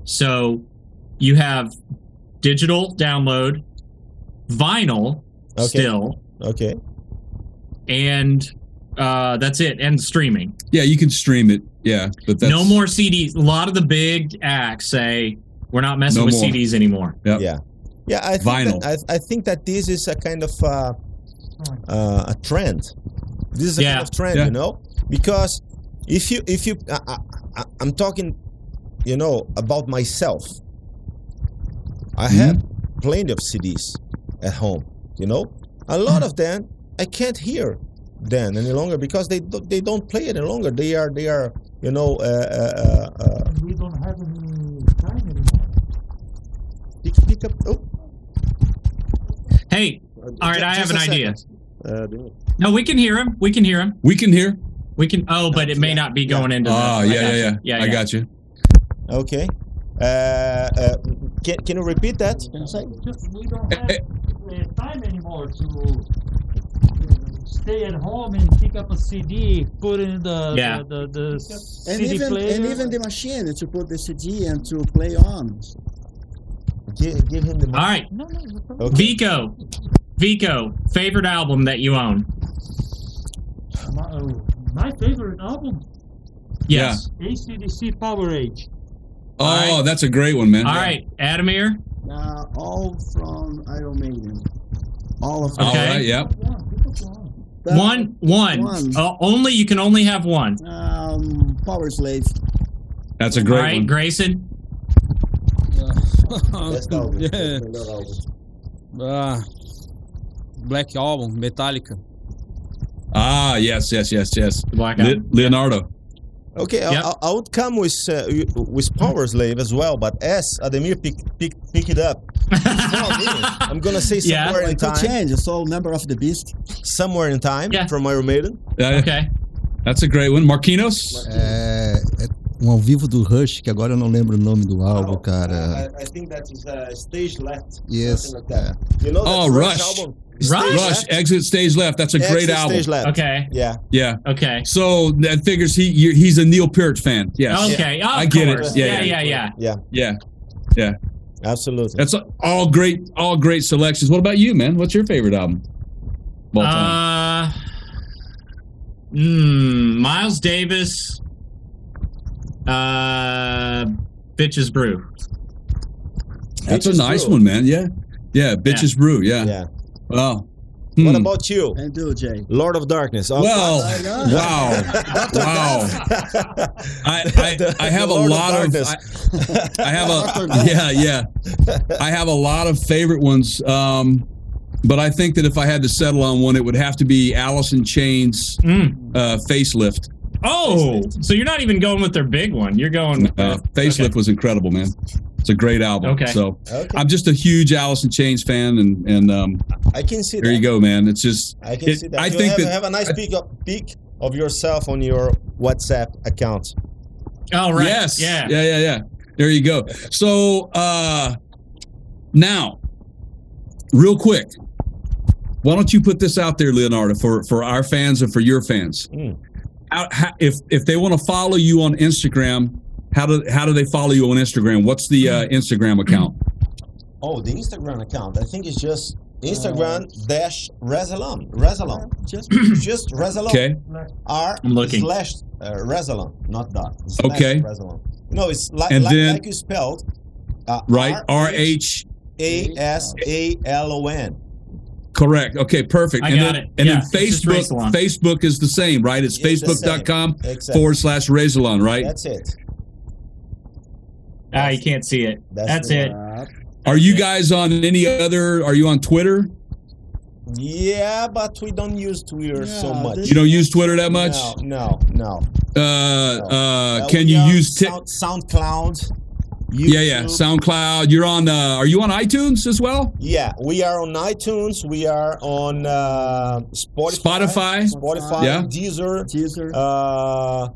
[SPEAKER 2] So you have digital download, vinyl
[SPEAKER 4] Okay.
[SPEAKER 2] still,
[SPEAKER 4] Okay.
[SPEAKER 2] and uh, that's it, and streaming.
[SPEAKER 1] Yeah, you can stream it. Yeah, but that's
[SPEAKER 2] no more CDs. A lot of the big acts say, we're not messing
[SPEAKER 1] No
[SPEAKER 2] with
[SPEAKER 1] more.
[SPEAKER 2] CDs anymore.
[SPEAKER 1] Yep.
[SPEAKER 4] Yeah. Yeah. I think
[SPEAKER 1] Vinyl.
[SPEAKER 4] That, I, I think that this is a kind of uh, uh, a trend. This is a
[SPEAKER 2] Yeah.
[SPEAKER 4] kind of trend,
[SPEAKER 1] Yeah.
[SPEAKER 4] you know, because if you if you uh, I, I, I, I'm talking, you know, about myself. I
[SPEAKER 2] Mm-hmm.
[SPEAKER 1] Mhm.
[SPEAKER 4] have plenty of CDs at home, you know. A
[SPEAKER 2] Mm-hmm.
[SPEAKER 4] lot of them I can't hear them any longer because they do, they don't play any longer. They are they are you know uh, uh, uh, uh,
[SPEAKER 3] We don't have any time anymore.
[SPEAKER 4] pick, pick up. Oh,
[SPEAKER 2] Hey, all right,
[SPEAKER 4] ju-
[SPEAKER 2] I have
[SPEAKER 4] just
[SPEAKER 2] an
[SPEAKER 4] a
[SPEAKER 2] idea.
[SPEAKER 4] second. Uh, do it.
[SPEAKER 2] No, we can hear him. We can hear him.
[SPEAKER 1] We can hear.
[SPEAKER 2] We can. Oh, but it may
[SPEAKER 4] yeah,
[SPEAKER 2] not be
[SPEAKER 4] yeah.
[SPEAKER 2] going into. the-
[SPEAKER 1] Oh,
[SPEAKER 2] I
[SPEAKER 1] yeah, yeah,
[SPEAKER 2] got you.
[SPEAKER 1] yeah, I got you.
[SPEAKER 4] Okay. Uh, uh, can, can you repeat that?
[SPEAKER 3] Can I say?
[SPEAKER 5] we don't have
[SPEAKER 1] Eh,
[SPEAKER 5] uh, time anymore to uh, stay at home and pick up a CD, put in the
[SPEAKER 2] Yeah.
[SPEAKER 5] the, the, the
[SPEAKER 3] And
[SPEAKER 5] CD
[SPEAKER 3] even
[SPEAKER 5] player.
[SPEAKER 3] and even the machine to put the CD and to play on.
[SPEAKER 4] Give, give him the mic.
[SPEAKER 2] All right,
[SPEAKER 5] no, no, you don't.
[SPEAKER 4] Okay.
[SPEAKER 2] Vico. Vico, favorite album that you own?
[SPEAKER 5] my, uh, my favorite album,
[SPEAKER 2] Yes.
[SPEAKER 5] ACDC Power Age.
[SPEAKER 1] [laughs] Oh,
[SPEAKER 2] All right.
[SPEAKER 1] that's a great one, man.
[SPEAKER 2] All right, Adamir.
[SPEAKER 3] Uh, all from Iron Maiden. All of
[SPEAKER 1] All
[SPEAKER 2] Okay.
[SPEAKER 3] them.
[SPEAKER 1] right. Yep.
[SPEAKER 3] But,
[SPEAKER 2] one, one.
[SPEAKER 3] Uh, one.
[SPEAKER 2] Uh, only you can only have one.
[SPEAKER 3] Um, Power Slave.
[SPEAKER 1] That's a
[SPEAKER 2] All
[SPEAKER 1] great
[SPEAKER 2] right,
[SPEAKER 1] one.
[SPEAKER 2] Grayson.
[SPEAKER 6] Yeah. [laughs]
[SPEAKER 4] Best album.
[SPEAKER 6] Yeah.
[SPEAKER 4] Melhor álbum.
[SPEAKER 6] Ah, Black Album, Metallica.
[SPEAKER 1] Ah, yes, yes, yes, yes.
[SPEAKER 2] The Black
[SPEAKER 1] Le-
[SPEAKER 2] [laughs] Album.
[SPEAKER 1] Leonardo.
[SPEAKER 4] Okay, I-
[SPEAKER 2] Yep.
[SPEAKER 4] I, I would come with uh, with Power Slave as well, but as Ademir pick pick pick
[SPEAKER 1] [laughs]
[SPEAKER 4] it up, Oh, I'm gonna say
[SPEAKER 2] Yeah.
[SPEAKER 4] somewhere in
[SPEAKER 3] It could
[SPEAKER 4] time,
[SPEAKER 3] change. So number of the beast.
[SPEAKER 4] somewhere in time
[SPEAKER 2] Yeah.
[SPEAKER 4] from Iron Maiden.
[SPEAKER 1] Yeah,
[SPEAKER 2] okay.
[SPEAKER 1] Uh, That's a great one. Marquinos?
[SPEAKER 7] É, é um ao vivo do Rush, que agora eu não lembro o nome do álbum, cara.
[SPEAKER 4] I, think that is uh, stage left.
[SPEAKER 7] Yes.
[SPEAKER 4] something like
[SPEAKER 7] é.
[SPEAKER 4] that. You know that
[SPEAKER 1] Oh,
[SPEAKER 4] Rush,
[SPEAKER 1] Rush.
[SPEAKER 4] album?
[SPEAKER 2] Rush.
[SPEAKER 1] Rush, Exit Stage Left. That's a great
[SPEAKER 4] Exit
[SPEAKER 1] album.
[SPEAKER 4] Stage left.
[SPEAKER 2] Okay.
[SPEAKER 4] Yeah.
[SPEAKER 1] Yeah.
[SPEAKER 2] Okay.
[SPEAKER 1] So that figures he you- he's a Neil Peart fan. Yes.
[SPEAKER 4] Um,
[SPEAKER 2] Okay. Of
[SPEAKER 1] I get it.
[SPEAKER 2] course.
[SPEAKER 1] Yeah,
[SPEAKER 2] Yeah.
[SPEAKER 1] yeah.
[SPEAKER 2] Yeah. Yeah.
[SPEAKER 1] Yeah.
[SPEAKER 4] Absolutely.
[SPEAKER 1] That's all great all great selections. What about you, man? What's your favorite album? Bom, time.
[SPEAKER 2] Uh, hmm, Miles Davis. Uh, bitches brew.
[SPEAKER 1] That's
[SPEAKER 4] Bitches
[SPEAKER 1] a nice
[SPEAKER 4] Brew.
[SPEAKER 1] one, man. Yeah. Yeah, Bitches Brew. Yeah.
[SPEAKER 4] Yeah.
[SPEAKER 1] Wow.
[SPEAKER 4] What
[SPEAKER 1] Hmm.
[SPEAKER 4] about you?
[SPEAKER 3] And do, Jay.
[SPEAKER 4] Lord of Darkness. Oh,
[SPEAKER 3] Why
[SPEAKER 1] Well,
[SPEAKER 4] [laughs]
[SPEAKER 3] not?
[SPEAKER 1] wow. Wow. I,
[SPEAKER 4] The-
[SPEAKER 1] I, I have a
[SPEAKER 4] the Lord of
[SPEAKER 1] lot of.
[SPEAKER 4] Darkness.
[SPEAKER 1] I- I have
[SPEAKER 4] [laughs]
[SPEAKER 1] a yeah, yeah. I have a lot of favorite ones, um, but I think that if I had to settle on one, it would have to be Alice in Chains
[SPEAKER 2] Mm.
[SPEAKER 1] uh, facelift.
[SPEAKER 2] Oh, so you're not even going with their big one. You're going with
[SPEAKER 1] Uh,
[SPEAKER 2] the-
[SPEAKER 1] facelift
[SPEAKER 2] okay.
[SPEAKER 1] was incredible, man. It's a great album.
[SPEAKER 2] Okay.
[SPEAKER 1] So
[SPEAKER 4] okay.
[SPEAKER 1] I'm just a huge Alice in Chains fan, and and um,
[SPEAKER 4] I can see
[SPEAKER 1] there
[SPEAKER 4] that.
[SPEAKER 1] you go, man. It's just
[SPEAKER 4] I can
[SPEAKER 1] It-
[SPEAKER 4] see that.
[SPEAKER 1] I
[SPEAKER 4] you
[SPEAKER 1] think
[SPEAKER 4] have,
[SPEAKER 1] that-
[SPEAKER 4] have a nice pic of, pic of yourself on your WhatsApp account.
[SPEAKER 2] Oh, right.
[SPEAKER 1] Yes.
[SPEAKER 2] Yeah.
[SPEAKER 1] Yeah. Yeah. Yeah. There you go. So uh, now, real quick, why don't you put this out there, Leonardo, for for our fans and for your fans?
[SPEAKER 4] Mm.
[SPEAKER 1] How, how, if if they want to follow you on Instagram, how do how do they follow you on Instagram? What's the
[SPEAKER 2] Mm.
[SPEAKER 1] uh, Instagram account?
[SPEAKER 4] Oh, the Instagram account. I think it's just Instagram dash Resalon. [coughs] Resalon. Just just Resalon.
[SPEAKER 1] Okay.
[SPEAKER 4] R
[SPEAKER 2] I'm looking.
[SPEAKER 4] slash uh, Resalon, not dot.
[SPEAKER 1] Okay.
[SPEAKER 4] Resalon. No, it's like
[SPEAKER 1] And
[SPEAKER 4] like,
[SPEAKER 1] then-
[SPEAKER 4] like you spelled. Uh,
[SPEAKER 1] Right. R H.
[SPEAKER 4] A S A L O N.
[SPEAKER 1] Correct. Okay. Perfect.
[SPEAKER 2] I
[SPEAKER 1] and
[SPEAKER 2] got
[SPEAKER 1] then,
[SPEAKER 2] it.
[SPEAKER 1] And then
[SPEAKER 2] Yeah, it's just
[SPEAKER 1] Facebook.
[SPEAKER 2] Racelon.
[SPEAKER 1] Facebook is the same, right? It's,
[SPEAKER 4] It's the same.
[SPEAKER 1] Facebook.com
[SPEAKER 4] Exactly.
[SPEAKER 1] forward slash Razalon, right?
[SPEAKER 4] That's it.
[SPEAKER 2] Ah, you can't see it. That's
[SPEAKER 4] the
[SPEAKER 2] it.
[SPEAKER 3] Uh,
[SPEAKER 1] Are you guys on any other? Are you on Twitter?
[SPEAKER 4] one. Yeah, but we don't use Twitter so
[SPEAKER 3] Yeah,
[SPEAKER 4] much.
[SPEAKER 3] this-
[SPEAKER 1] You don't use Twitter that much.
[SPEAKER 4] No, no,
[SPEAKER 1] Uh,
[SPEAKER 4] no. Uh,
[SPEAKER 1] uh, can
[SPEAKER 4] we
[SPEAKER 1] you
[SPEAKER 4] are on
[SPEAKER 1] use Tik?
[SPEAKER 4] Sound, SoundCloud?
[SPEAKER 1] Yeah, yeah.
[SPEAKER 4] YouTube.
[SPEAKER 1] SoundCloud. You're on. Uh, are you on iTunes as well?
[SPEAKER 4] Yeah, we are on iTunes. We are on uh, Spotify.
[SPEAKER 1] Spotify.
[SPEAKER 4] Spotify,
[SPEAKER 1] Yeah.
[SPEAKER 4] Deezer.
[SPEAKER 3] Teaser.
[SPEAKER 4] Uh,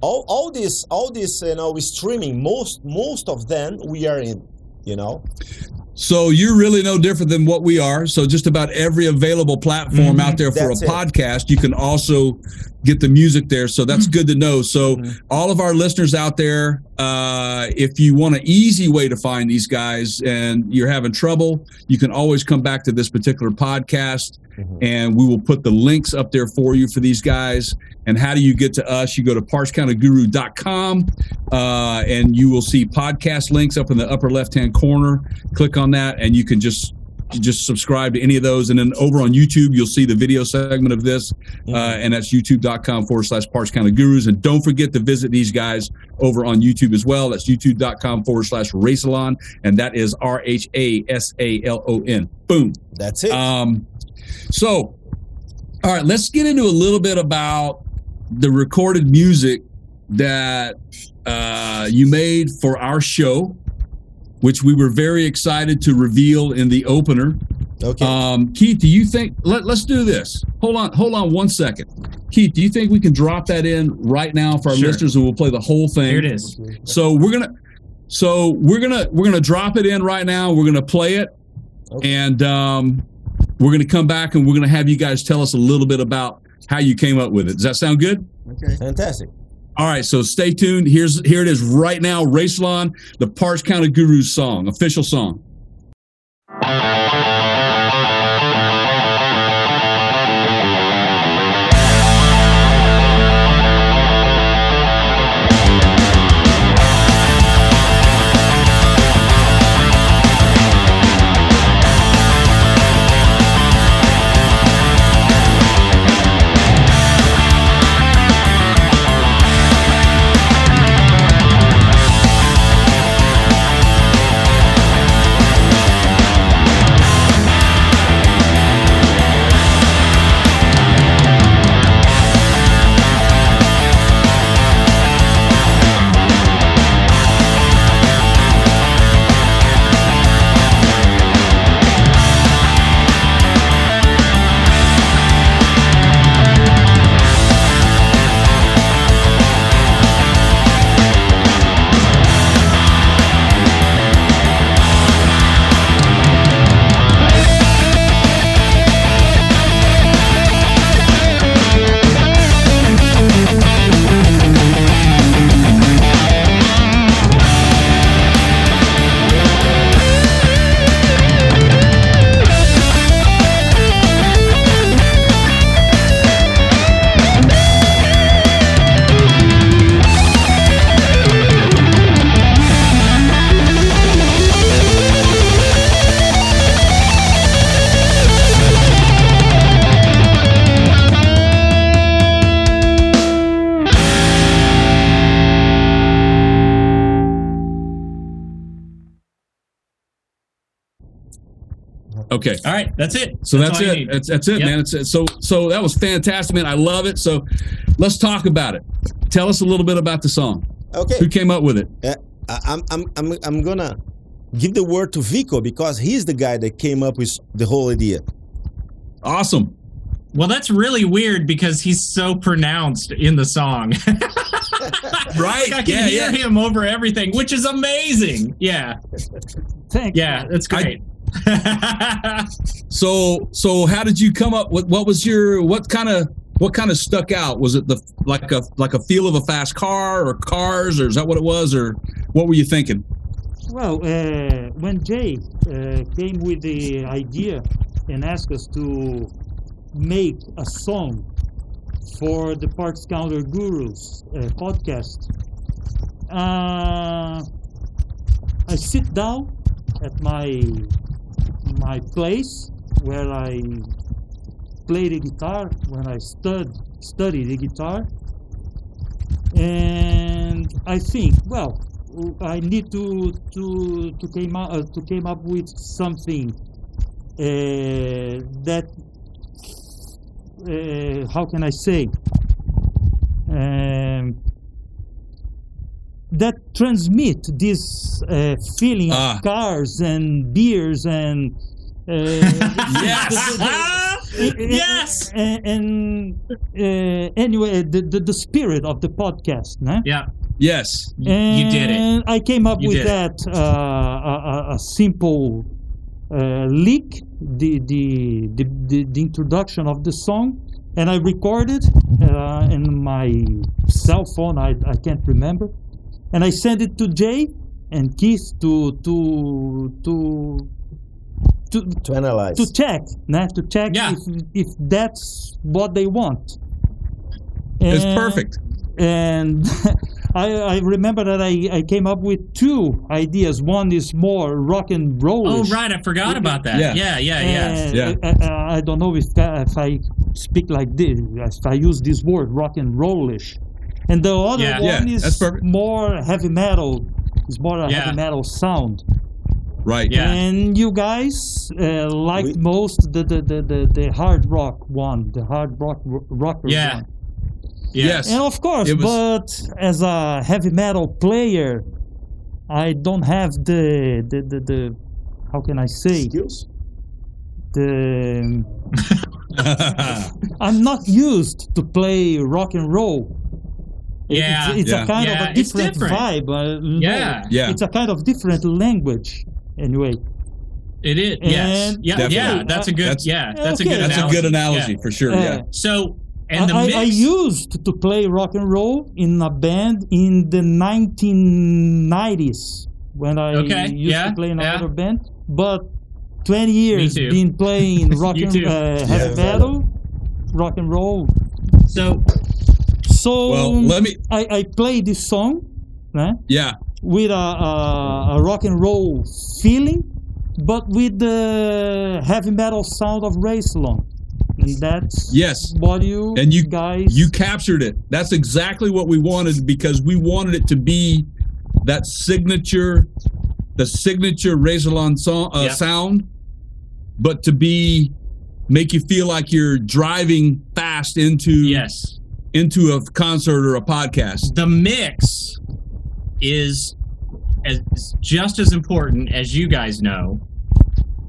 [SPEAKER 4] all, all this, all this, you know, is streaming. Most, most of them we are in. You know,
[SPEAKER 1] So you're really no different than what we are. So just about every available platform
[SPEAKER 2] Mhm,
[SPEAKER 1] out there for a
[SPEAKER 4] Mm-hmm. that's it.
[SPEAKER 1] podcast, you can also get the music there. So that's good to know. So
[SPEAKER 4] Mhm.
[SPEAKER 1] all of our listeners out there, uh, if you want an easy way to find these guys and you're having trouble, you can always come back to this particular podcast
[SPEAKER 4] Mhm.
[SPEAKER 1] and we will put the links up there for you for these guys. And how do you get to us? You go to parshcountyguru.com uh, and you will see podcast links up in the upper left hand corner. Click on that and you can just just subscribe to any of those. And then over on YouTube, you'll see the video segment of this uh, and that's youtube.com forward slash parts County gurus. And don't forget to visit these guys over on YouTube as well. That's youtube.com forward slash racealon. And that is R H A S A L O N. Boom.
[SPEAKER 4] that's it.
[SPEAKER 1] Um, so, all right, let's get into a little bit about the recorded music that uh, you made for our show, which we were very excited to reveal in the opener.
[SPEAKER 4] okay.
[SPEAKER 1] Um, Keith, do you think? Let, let's do this. Hold on, hold on one second. Keith, do you think we can drop that in right now for our
[SPEAKER 2] Sure.
[SPEAKER 1] listeners, and we'll play the whole thing?
[SPEAKER 2] Here it is.
[SPEAKER 1] So we're gonna, so we're gonna, we're gonna drop it in right now. We're gonna play it,
[SPEAKER 4] Okay.
[SPEAKER 1] and um, we're gonna come back and we're gonna have you guys tell us a little bit about how you came up with it. Does that sound good?
[SPEAKER 3] Okay.
[SPEAKER 4] Fantastic.
[SPEAKER 1] All right, so stay tuned. Here's here it is right now. Racelon, the Parks County Gurus song, official song.
[SPEAKER 8] Thank
[SPEAKER 1] Okay.
[SPEAKER 2] All right, that's it.
[SPEAKER 1] So that's,
[SPEAKER 2] all you
[SPEAKER 1] it.
[SPEAKER 2] need.
[SPEAKER 1] That's, that's it,
[SPEAKER 2] Yep.
[SPEAKER 1] man. It's, it's- so so that was fantastic, man. I love it. So let's talk about it. Tell us a little bit about the song.
[SPEAKER 4] Okay.
[SPEAKER 1] Who came up with it?
[SPEAKER 4] I- I'm, I'm, I'm, I'm gonna give the word to Vico because he's the guy that came up with the whole idea.
[SPEAKER 1] Awesome.
[SPEAKER 2] Well, that's really weird because he's so pronounced in the song. [laughs]
[SPEAKER 1] Right?
[SPEAKER 2] I can
[SPEAKER 1] Yeah,
[SPEAKER 2] hear
[SPEAKER 1] yeah.
[SPEAKER 2] him over everything, which is amazing. Yeah,
[SPEAKER 5] Thank
[SPEAKER 2] yeah,
[SPEAKER 5] you.
[SPEAKER 2] that's
[SPEAKER 1] I- [laughs]
[SPEAKER 2] great.
[SPEAKER 1] So so how did you come up? What what was your what kind of what kind of stuck out? Was it the like a like a feel of a fast car or cars or is that what it was or what were you thinking?
[SPEAKER 5] Well, uh, when Jay uh, came with the idea and asked us to make a song for the Parts Counter Gurus uh, podcast, uh, I sit down at my my place where I play the guitar when I stud, study the guitar, and I think, well, I need to to to came up uh, to came up with something uh, that uh, how can I say um, that transmit this uh, feeling
[SPEAKER 1] Ah.
[SPEAKER 5] of cars and beers and
[SPEAKER 2] [laughs]
[SPEAKER 5] uh,
[SPEAKER 2] yes. yes.
[SPEAKER 5] and, and uh, anyway the, the the spirit of the podcast, no?
[SPEAKER 2] [laughs] Yeah,
[SPEAKER 1] Yes.
[SPEAKER 2] you did it.
[SPEAKER 5] And I came up
[SPEAKER 2] You
[SPEAKER 5] with
[SPEAKER 2] did it.
[SPEAKER 5] that uh, a, a- a simple uh, lick, the the, the the the introduction of the song, and I recorded uh, in my cell phone. I, I can't remember, and I sent it to Jay and Keith to to to to
[SPEAKER 4] To analyze.
[SPEAKER 5] to check, nah, to check
[SPEAKER 2] Yeah.
[SPEAKER 5] if if that's what they want.
[SPEAKER 1] It's
[SPEAKER 5] And-
[SPEAKER 1] perfect.
[SPEAKER 5] and [laughs] I, I remember that I, I came up with two ideas. One is more rock and roll.
[SPEAKER 2] Oh right, I forgot about that.
[SPEAKER 1] Yeah.
[SPEAKER 2] Yeah, yeah, yeah.
[SPEAKER 1] Yeah.
[SPEAKER 5] I, I, I don't know if I, if I speak like this, if I use this word, rock and rollish. And the other
[SPEAKER 2] Yeah.
[SPEAKER 5] one
[SPEAKER 1] Yeah, that's
[SPEAKER 5] is
[SPEAKER 1] perfect.
[SPEAKER 5] more heavy metal. It's more a
[SPEAKER 2] Yeah.
[SPEAKER 5] heavy metal sound.
[SPEAKER 1] Right.
[SPEAKER 2] Yeah.
[SPEAKER 5] And you guys uh, liked
[SPEAKER 4] We-
[SPEAKER 5] most the, the, the, the, the hard rock one, the hard rock r- rocker
[SPEAKER 2] Yeah.
[SPEAKER 5] one.
[SPEAKER 2] yeah.
[SPEAKER 1] Yes.
[SPEAKER 5] And of course,
[SPEAKER 1] It
[SPEAKER 5] but as a heavy metal player, I don't have the the the, the how can I say
[SPEAKER 4] Skills?
[SPEAKER 5] the I'm not used to play rock and roll. It-
[SPEAKER 2] Yeah.
[SPEAKER 5] it's, it's
[SPEAKER 1] Yeah.
[SPEAKER 5] a kind
[SPEAKER 2] Yeah,
[SPEAKER 5] of a
[SPEAKER 2] it's
[SPEAKER 5] different,
[SPEAKER 2] different.
[SPEAKER 5] vibe. uh, no,
[SPEAKER 2] Yeah.
[SPEAKER 1] [laughs] Yeah.
[SPEAKER 5] it's a kind of different language. Anyway,
[SPEAKER 2] It is. Yes.
[SPEAKER 5] And-
[SPEAKER 2] Yeah. Yeah.
[SPEAKER 1] Definitely.
[SPEAKER 2] That's a good.
[SPEAKER 1] That's-
[SPEAKER 2] yeah. That's a
[SPEAKER 5] Okay.
[SPEAKER 2] good.
[SPEAKER 1] That's a
[SPEAKER 2] analogy.
[SPEAKER 1] good analogy
[SPEAKER 2] Yeah.
[SPEAKER 1] for sure.
[SPEAKER 5] Uh,
[SPEAKER 1] yeah.
[SPEAKER 2] So and the
[SPEAKER 5] I, I-
[SPEAKER 2] mix.
[SPEAKER 5] I used to play rock and roll in a band in the 1990s when I
[SPEAKER 2] Okay,
[SPEAKER 5] used
[SPEAKER 2] yeah,
[SPEAKER 5] to play in
[SPEAKER 2] yeah.
[SPEAKER 5] another band. But 20 years
[SPEAKER 2] too.
[SPEAKER 5] been playing
[SPEAKER 2] [laughs]
[SPEAKER 5] rock
[SPEAKER 2] You
[SPEAKER 5] and
[SPEAKER 2] too.
[SPEAKER 5] uh, heavy
[SPEAKER 4] Yeah.
[SPEAKER 5] metal, rock and roll.
[SPEAKER 2] so
[SPEAKER 5] So
[SPEAKER 1] Well, let me
[SPEAKER 5] I, I play this song eh,
[SPEAKER 1] Yeah.
[SPEAKER 5] with a, a, a rock and roll feeling, but with the heavy metal sound of Ray Salon. And that's
[SPEAKER 1] Yes.
[SPEAKER 5] what you,
[SPEAKER 1] And you-
[SPEAKER 5] guys
[SPEAKER 1] You captured it. That's exactly what we wanted because we wanted it to be that signature, the signature Razorlon song, uh,
[SPEAKER 2] Yeah.
[SPEAKER 1] sound, but to be make you feel like you're driving fast into
[SPEAKER 2] yes.
[SPEAKER 1] into a concert or a podcast.
[SPEAKER 2] the mix is as is just as important as you guys know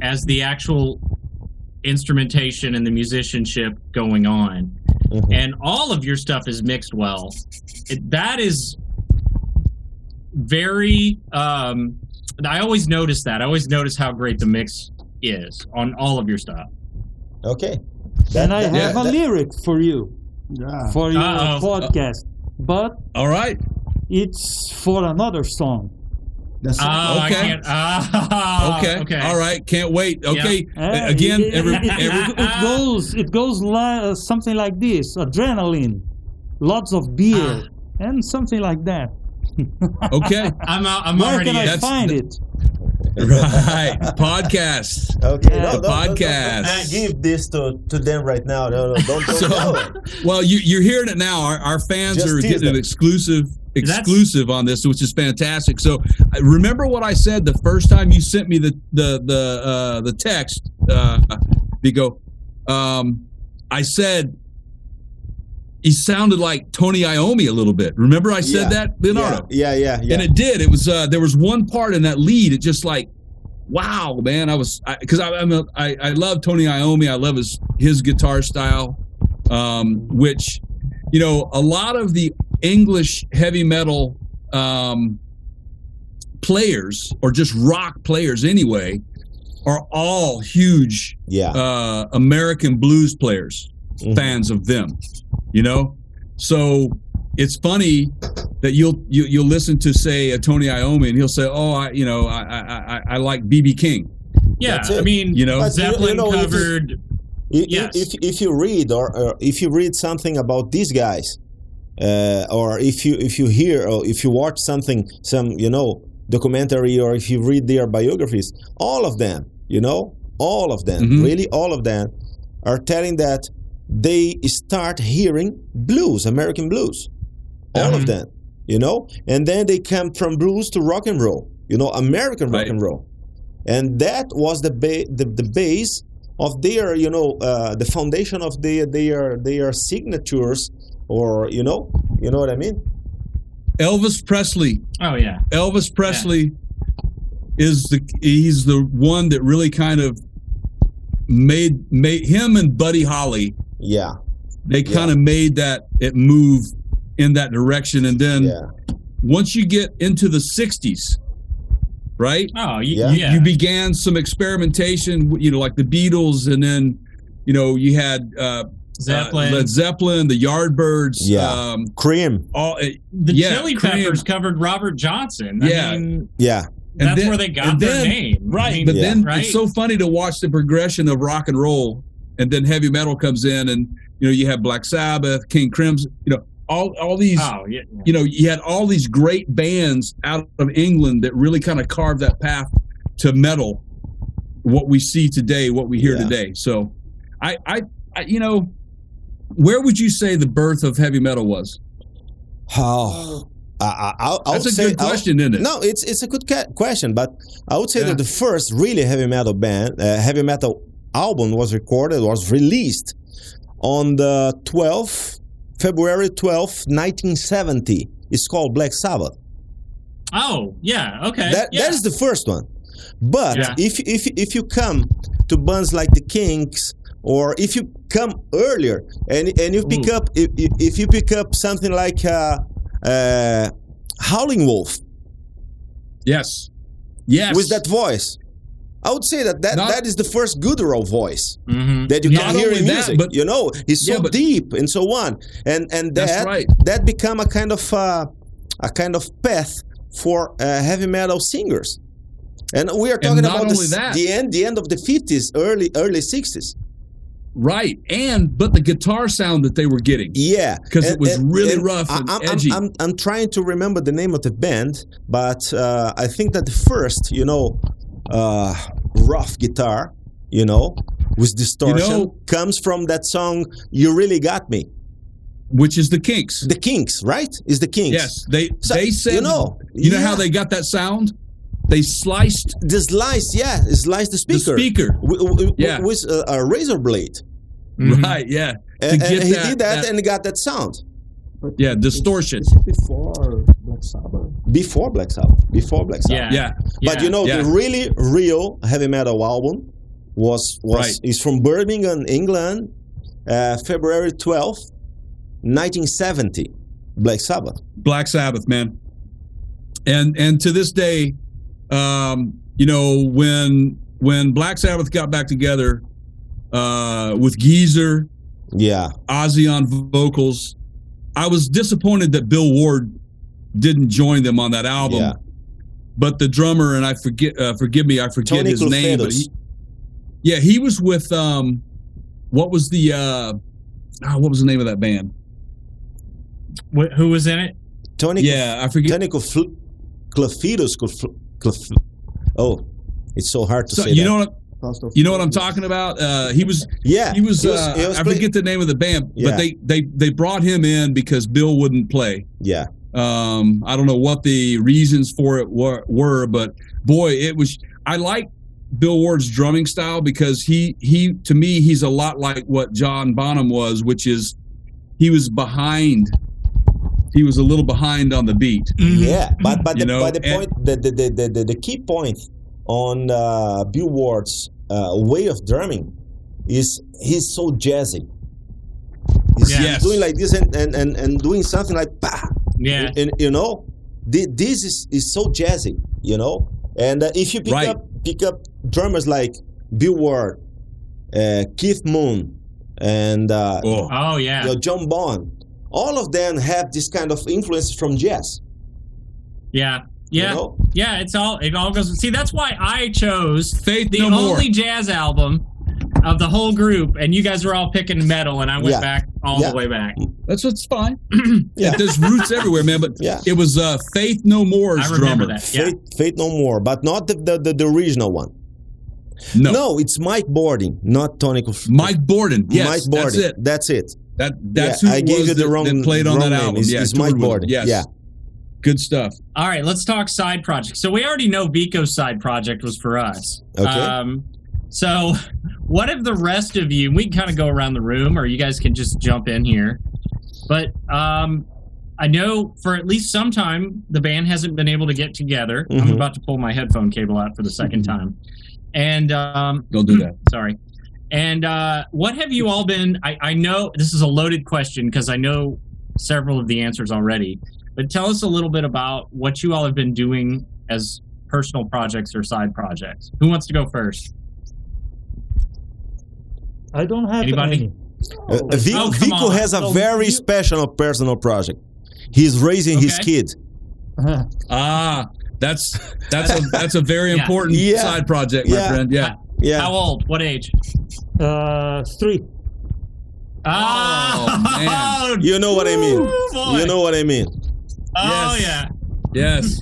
[SPEAKER 2] as the actual instrumentation and the musicianship going on
[SPEAKER 1] Mm-hmm.
[SPEAKER 4] Mhm.
[SPEAKER 2] and all of your stuff is mixed well it, that is very um i always notice that i always notice how great the mix is on all of your stuff
[SPEAKER 4] Okay.
[SPEAKER 5] and I
[SPEAKER 4] that-
[SPEAKER 5] have a
[SPEAKER 4] that-
[SPEAKER 5] lyric for you
[SPEAKER 3] Yeah.
[SPEAKER 5] for your
[SPEAKER 2] Uh-oh.
[SPEAKER 5] podcast, but
[SPEAKER 1] All right.
[SPEAKER 5] it's for another song.
[SPEAKER 3] That's
[SPEAKER 2] oh i
[SPEAKER 1] Okay.
[SPEAKER 2] can't ah, [laughs]
[SPEAKER 1] Okay.
[SPEAKER 2] okay
[SPEAKER 1] All right. Can't wait. Okay.
[SPEAKER 5] Eh,
[SPEAKER 1] A- Again,
[SPEAKER 5] it,
[SPEAKER 1] every,
[SPEAKER 5] it, it-
[SPEAKER 1] every
[SPEAKER 5] it- it goes it goes li- uh, something like this: adrenaline, lots of beer, and something like that.
[SPEAKER 2] [laughs]
[SPEAKER 1] okay.
[SPEAKER 2] i'm, al- I'm
[SPEAKER 5] Where
[SPEAKER 2] already
[SPEAKER 5] can I
[SPEAKER 1] that's
[SPEAKER 5] find
[SPEAKER 1] the-
[SPEAKER 5] it?
[SPEAKER 1] Right. Podcast.
[SPEAKER 4] Okay.
[SPEAKER 5] Yeah.
[SPEAKER 1] The podcast.
[SPEAKER 4] don't give this to, to them right now. No, no, don't. don't
[SPEAKER 1] [laughs] So-
[SPEAKER 4] tell them.
[SPEAKER 1] Well, you, you're hearing it now. Our, our fans
[SPEAKER 4] Just
[SPEAKER 1] are
[SPEAKER 4] tease
[SPEAKER 1] getting
[SPEAKER 4] them.
[SPEAKER 1] an exclusive
[SPEAKER 2] That's-
[SPEAKER 1] exclusive on this, which is fantastic. So I- remember what I said the first time you sent me the the the uh, the text uh, Vigo. Um, I said he sounded like Tony Iommi a little bit. Remember I said
[SPEAKER 4] Yeah.
[SPEAKER 1] that Leonardo,
[SPEAKER 4] Yeah, yeah, yeah. yeah.
[SPEAKER 1] and it did. It was uh, there was one part in that lead. It just like, wow, man. I was because I, I'm a, I I love Tony Iommi. I love his his guitar style, um, which you know a lot of the English heavy metal um, players or just rock players anyway are all huge
[SPEAKER 4] yeah.
[SPEAKER 1] uh, American blues players,
[SPEAKER 4] Mhm.
[SPEAKER 1] fans of them, you know. So it's funny that you'll you, you'll listen to say a Tony Iommi and he'll say, "Oh, I you know I I, I- I like BB King,"
[SPEAKER 2] Yeah,
[SPEAKER 4] That's it.
[SPEAKER 2] I mean,
[SPEAKER 1] you know.
[SPEAKER 4] That's- you- you
[SPEAKER 2] Zeppelin
[SPEAKER 4] know, if you-
[SPEAKER 2] covered.
[SPEAKER 4] I- i-
[SPEAKER 2] Yes.
[SPEAKER 4] If if you read or, or if you read something about these guys, uh, or if you if you hear or if you watch something, some you know documentary, or if you read their biographies, all of them, you know, all of them,
[SPEAKER 1] Mhm.
[SPEAKER 4] really all of them, are telling that they start hearing blues, American blues, all of
[SPEAKER 2] Mhm.
[SPEAKER 4] them, you know, and then they come from blues to rock and roll, you know, American rock
[SPEAKER 1] Right.
[SPEAKER 4] and roll, and that was the ba- the, the base of their you know uh, the foundation of their their their signatures or you know you know what I mean
[SPEAKER 1] Elvis Presley.
[SPEAKER 2] Oh yeah,
[SPEAKER 1] Elvis Presley is the he's the one that really kind of made made him and Buddy Holly.
[SPEAKER 4] yeah
[SPEAKER 1] They
[SPEAKER 4] Yeah.
[SPEAKER 1] kind of made that it move in that direction, and then
[SPEAKER 4] yeah
[SPEAKER 1] once you get into the 60s, right?
[SPEAKER 2] oh y-
[SPEAKER 4] Yeah.
[SPEAKER 2] yeah.
[SPEAKER 1] You began some experimentation, you know, like the Beatles, and then, you know, you had uh,
[SPEAKER 2] Zeppelin,
[SPEAKER 1] uh, Led Zeppelin, the Yardbirds,
[SPEAKER 4] Yeah.
[SPEAKER 1] um,
[SPEAKER 4] cream
[SPEAKER 1] all, uh,
[SPEAKER 2] the
[SPEAKER 1] yeah,
[SPEAKER 2] Chili
[SPEAKER 1] Cream.
[SPEAKER 2] Peppers covered Robert Johnson. I
[SPEAKER 1] Yeah.
[SPEAKER 2] mean,
[SPEAKER 4] yeah
[SPEAKER 1] And
[SPEAKER 2] that's
[SPEAKER 1] then-
[SPEAKER 2] where they got
[SPEAKER 1] and
[SPEAKER 2] their
[SPEAKER 1] then-
[SPEAKER 2] name, I
[SPEAKER 1] right?
[SPEAKER 2] mean,
[SPEAKER 1] But
[SPEAKER 4] Yeah.
[SPEAKER 1] then
[SPEAKER 2] right?
[SPEAKER 1] it's so funny to watch the progression of rock and roll, and then heavy metal comes in, and you know, you have Black Sabbath, King Crimson, you know, all all these.
[SPEAKER 2] oh yeah,
[SPEAKER 1] you know, you had all these great bands out of England that really kind of carved that path to metal, what we see today, what we hear
[SPEAKER 4] Yeah.
[SPEAKER 1] today. So, I, I, I, you know, where would you say the birth of heavy metal was?
[SPEAKER 4] how I, I, I'll, I'll
[SPEAKER 1] That's a
[SPEAKER 4] say,
[SPEAKER 1] good
[SPEAKER 4] I'll-
[SPEAKER 1] question, isn't it?
[SPEAKER 4] no it's it's a good ca- question but I would say
[SPEAKER 1] Yeah.
[SPEAKER 4] that the first really heavy metal band uh, heavy metal album was recorded was released on the 12th February 12th 1970 it's called Black Sabbath
[SPEAKER 2] oh yeah, okay,
[SPEAKER 4] That,
[SPEAKER 2] yeah.
[SPEAKER 4] that is the first one. But
[SPEAKER 2] Yeah.
[SPEAKER 4] if if if you come to bands like the Kinks, or if you come earlier and and you pick
[SPEAKER 2] Ooh.
[SPEAKER 4] up if, if- if you pick up something like uh, uh, Howling Wolf
[SPEAKER 1] Yes, yes.
[SPEAKER 4] with that voice, I would say that that,
[SPEAKER 1] Not-
[SPEAKER 4] that is the first guttural voice
[SPEAKER 2] Mhm.
[SPEAKER 4] that you
[SPEAKER 1] Not
[SPEAKER 4] can hear
[SPEAKER 1] only
[SPEAKER 4] in
[SPEAKER 1] that,
[SPEAKER 4] music.
[SPEAKER 1] but-
[SPEAKER 4] you know, it's so
[SPEAKER 1] Yeah, but-
[SPEAKER 4] deep and so on, and and
[SPEAKER 1] That's
[SPEAKER 4] that
[SPEAKER 1] right.
[SPEAKER 4] that become a kind of uh, a kind of path for uh, heavy metal singers. And we are talking
[SPEAKER 1] not
[SPEAKER 4] about the,
[SPEAKER 1] only
[SPEAKER 4] s-
[SPEAKER 1] that-
[SPEAKER 4] the end the end of the fifties, early early sixties.
[SPEAKER 1] right, and but the guitar sound that they were getting.
[SPEAKER 4] Yeah,
[SPEAKER 1] 'Cause it
[SPEAKER 4] And-
[SPEAKER 1] was
[SPEAKER 4] and-
[SPEAKER 1] really rough and
[SPEAKER 4] I'm,
[SPEAKER 1] edgy.
[SPEAKER 4] I'm, I'm, I'm trying to remember the name of the band, but uh, I think that the first, you know, uh, rough guitar, you know, with distortion,
[SPEAKER 1] know-
[SPEAKER 4] comes from that song "You Really Got Me."
[SPEAKER 1] Which is the Kinks?
[SPEAKER 4] The Kinks, right? Is the Kinks?
[SPEAKER 1] Yes, they
[SPEAKER 4] So,
[SPEAKER 1] they said.
[SPEAKER 4] you know,
[SPEAKER 1] you know
[SPEAKER 4] yeah,
[SPEAKER 1] how they got that sound? They sliced
[SPEAKER 4] the slice, yeah, slice the
[SPEAKER 1] the
[SPEAKER 4] speaker,
[SPEAKER 1] speaker.
[SPEAKER 4] wi- wi- wi-
[SPEAKER 1] Yeah.
[SPEAKER 4] with a, a razor blade,
[SPEAKER 2] Mhm.
[SPEAKER 1] Right, yeah,
[SPEAKER 4] and,
[SPEAKER 1] get
[SPEAKER 4] and he
[SPEAKER 1] that-
[SPEAKER 4] did that,
[SPEAKER 1] that-
[SPEAKER 4] and got that sound
[SPEAKER 3] But
[SPEAKER 1] Yeah,
[SPEAKER 3] it's-
[SPEAKER 1] distortion.
[SPEAKER 3] It's before Black Sabbath.
[SPEAKER 4] before Black Sabbath, before Black Sabbath.
[SPEAKER 2] Yeah,
[SPEAKER 1] yeah.
[SPEAKER 4] But you know, the
[SPEAKER 1] yeah.
[SPEAKER 4] really real heavy metal album was was
[SPEAKER 1] Right.
[SPEAKER 4] is from Birmingham, England, uh, February twelfth, nineteen seventy, Black Sabbath.
[SPEAKER 1] Black Sabbath, man. And and to this day, um, you know, when when Black Sabbath got back together uh, with Geezer,
[SPEAKER 4] Yeah,
[SPEAKER 1] Ozzy on vocals, I was disappointed that Bill Ward didn't join them on that album.
[SPEAKER 4] Yeah.
[SPEAKER 1] But the drummer and I forget, uh, forgive me, I forget
[SPEAKER 4] Tony
[SPEAKER 1] his name. But
[SPEAKER 4] Clufedos.
[SPEAKER 1] he, yeah, he was with um, what was the uh, ah, what was the name of that band?
[SPEAKER 2] Wh- who was in it?
[SPEAKER 4] Tony.
[SPEAKER 1] Yeah, I forget.
[SPEAKER 4] Tony Clef- Clefidos. Clef- Clef- oh, it's so hard to
[SPEAKER 1] So,
[SPEAKER 4] say.
[SPEAKER 1] you
[SPEAKER 4] that.
[SPEAKER 1] know what?
[SPEAKER 3] Cost of
[SPEAKER 1] You know what I'm talking about? Uh, he was
[SPEAKER 4] yeah,
[SPEAKER 1] he was,
[SPEAKER 4] He was-
[SPEAKER 1] uh,
[SPEAKER 4] he was
[SPEAKER 1] I
[SPEAKER 4] play-
[SPEAKER 1] forget the name of the band,
[SPEAKER 4] Yeah.
[SPEAKER 1] but they they they brought him in because Bill wouldn't play.
[SPEAKER 4] yeah,
[SPEAKER 1] Um, I don't know what the reasons for it were, were but boy, it was I like Bill Ward's drumming style because he he to me he's a lot like what John Bonham was, which is he was behind. He was a little behind on the beat.
[SPEAKER 4] Yeah, but but
[SPEAKER 1] Mm-hmm. You
[SPEAKER 4] the,
[SPEAKER 1] know,
[SPEAKER 4] but the
[SPEAKER 1] and-
[SPEAKER 4] point the the, the, the, the the key point on uh, Bill Ward's uh, way of drumming is he's so jazzy. He's
[SPEAKER 1] Yes.
[SPEAKER 4] doing like this and, and, and, and doing something like bah,
[SPEAKER 2] Yeah.
[SPEAKER 4] and you know thi- this is, is so jazzy, you know. And uh, if you pick
[SPEAKER 1] Right.
[SPEAKER 4] up pick up drummers like Bill Ward, uh, Keith Moon, and uh,
[SPEAKER 1] Oh,
[SPEAKER 2] Oh
[SPEAKER 4] you
[SPEAKER 2] yeah.
[SPEAKER 4] know, John Bond, all of them have this kind of influence from jazz.
[SPEAKER 2] Yeah.
[SPEAKER 4] You
[SPEAKER 2] Yeah.
[SPEAKER 4] know?
[SPEAKER 2] Yeah. It's all. It all goes. See, that's why I chose
[SPEAKER 1] faith
[SPEAKER 2] the
[SPEAKER 1] no more.
[SPEAKER 2] only jazz album of the whole group, and you guys were all picking metal, and I went
[SPEAKER 4] Yeah.
[SPEAKER 2] back all
[SPEAKER 4] Yeah.
[SPEAKER 2] the way back.
[SPEAKER 1] That's what's fine.
[SPEAKER 4] Yeah.
[SPEAKER 1] There's roots everywhere, man. But
[SPEAKER 4] [laughs] Yeah.
[SPEAKER 1] it was uh, Faith No More's
[SPEAKER 2] I
[SPEAKER 1] drummer.
[SPEAKER 2] remember that. Yeah.
[SPEAKER 4] Fate, Fate No More, but not the, the, the, the original one.
[SPEAKER 1] No.
[SPEAKER 4] it's Mike Borden, not Tony Cof-
[SPEAKER 1] Mike Borden. Yes,
[SPEAKER 4] Mike Borden.
[SPEAKER 1] that's it.
[SPEAKER 4] That's it.
[SPEAKER 1] That that's
[SPEAKER 4] Yeah,
[SPEAKER 1] who
[SPEAKER 4] I
[SPEAKER 1] it
[SPEAKER 4] gave
[SPEAKER 1] was
[SPEAKER 4] you the
[SPEAKER 1] that,
[SPEAKER 4] wrong-
[SPEAKER 1] that played on that
[SPEAKER 4] wrong name.
[SPEAKER 1] album.
[SPEAKER 4] It's-
[SPEAKER 1] yeah,
[SPEAKER 4] it's Mike
[SPEAKER 1] toured with him.
[SPEAKER 4] Borden.
[SPEAKER 1] Yes.
[SPEAKER 4] Yeah.
[SPEAKER 1] Good stuff.
[SPEAKER 2] All right, let's talk side projects. So we already know Vico's side project was for us.
[SPEAKER 4] Okay.
[SPEAKER 1] Uh,
[SPEAKER 2] Um, so what if the rest of you? We can kind of go around the room, or you guys can just jump in here. But um, I know for at least some time the band hasn't been able to get together. I'm
[SPEAKER 4] Mhm.
[SPEAKER 2] about to pull my headphone cable out for the second time, and um,
[SPEAKER 1] Don't do
[SPEAKER 4] [laughs]
[SPEAKER 1] that.
[SPEAKER 2] sorry. And uh, what have you all been? I, I know this is a loaded question because I know several of the answers already, but tell us a little bit about what you all have been doing as personal projects or side projects. Who wants to go first?
[SPEAKER 5] I don't have
[SPEAKER 2] Anybody?
[SPEAKER 5] any.
[SPEAKER 4] Uh, uh, Vic-
[SPEAKER 2] Oh, come
[SPEAKER 4] Vico
[SPEAKER 2] on.
[SPEAKER 4] has a
[SPEAKER 5] So
[SPEAKER 4] very
[SPEAKER 5] you-
[SPEAKER 4] special personal project. He's raising his
[SPEAKER 2] Okay.
[SPEAKER 4] kid.
[SPEAKER 1] Ah, that's that's a that's a very
[SPEAKER 2] Yeah.
[SPEAKER 1] important
[SPEAKER 4] Yeah.
[SPEAKER 1] side project, my
[SPEAKER 4] Yeah.
[SPEAKER 1] friend. Yeah.
[SPEAKER 4] Yeah.
[SPEAKER 2] How old? What age?
[SPEAKER 5] Uh, three.
[SPEAKER 2] Ah,
[SPEAKER 1] man.
[SPEAKER 4] Oh, You know what I mean.
[SPEAKER 2] Ooh, boy.
[SPEAKER 4] You know what I mean.
[SPEAKER 2] Oh
[SPEAKER 1] Yes.
[SPEAKER 2] yeah.
[SPEAKER 1] Yes.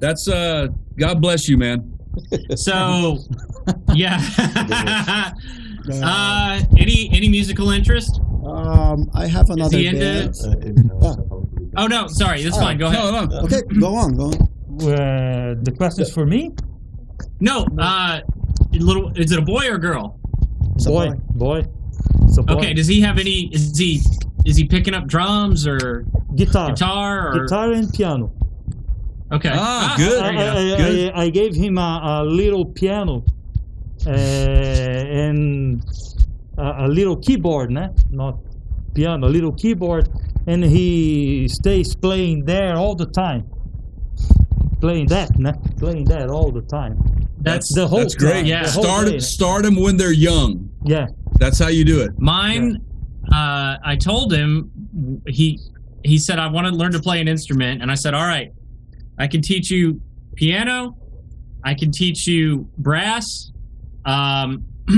[SPEAKER 1] That's uh God bless you, man.
[SPEAKER 4] [laughs]
[SPEAKER 2] So [laughs] yeah. [laughs] uh, any any musical interest?
[SPEAKER 3] Um, I have another
[SPEAKER 2] he into-
[SPEAKER 3] band.
[SPEAKER 2] Oh no, sorry. That's
[SPEAKER 3] Oh,
[SPEAKER 2] fine. Go ahead.
[SPEAKER 1] No, no.
[SPEAKER 3] Okay, go on, go on.
[SPEAKER 5] Uh, the question is for me.
[SPEAKER 2] No, uh, little. Is it a boy or a girl?
[SPEAKER 3] It's a
[SPEAKER 5] boy,
[SPEAKER 3] boy.
[SPEAKER 5] boy. It's a boy.
[SPEAKER 2] Okay. Does he have any? Is he is he picking up drums or
[SPEAKER 5] guitar.
[SPEAKER 2] guitar or?
[SPEAKER 5] Guitar Uh, and piano.
[SPEAKER 2] Okay.
[SPEAKER 1] Ah, good.
[SPEAKER 5] I,
[SPEAKER 2] there you go.
[SPEAKER 5] I- I-
[SPEAKER 1] Good.
[SPEAKER 5] I- I gave him a, a little piano uh, and a, a little keyboard, né? not piano, a little keyboard, and he stays playing there all the time. Playing that, né? playing that all the time.
[SPEAKER 2] That's
[SPEAKER 5] The whole
[SPEAKER 1] That's great.
[SPEAKER 5] time,
[SPEAKER 2] Yeah.
[SPEAKER 5] the whole day,
[SPEAKER 1] Start
[SPEAKER 5] né?
[SPEAKER 1] start them when they're young.
[SPEAKER 5] Yeah.
[SPEAKER 1] That's how you do it.
[SPEAKER 2] mine. Uh, I told him he he said I want to learn to play an instrument, and I said, all right, I can teach you piano, I can teach you brass. Um,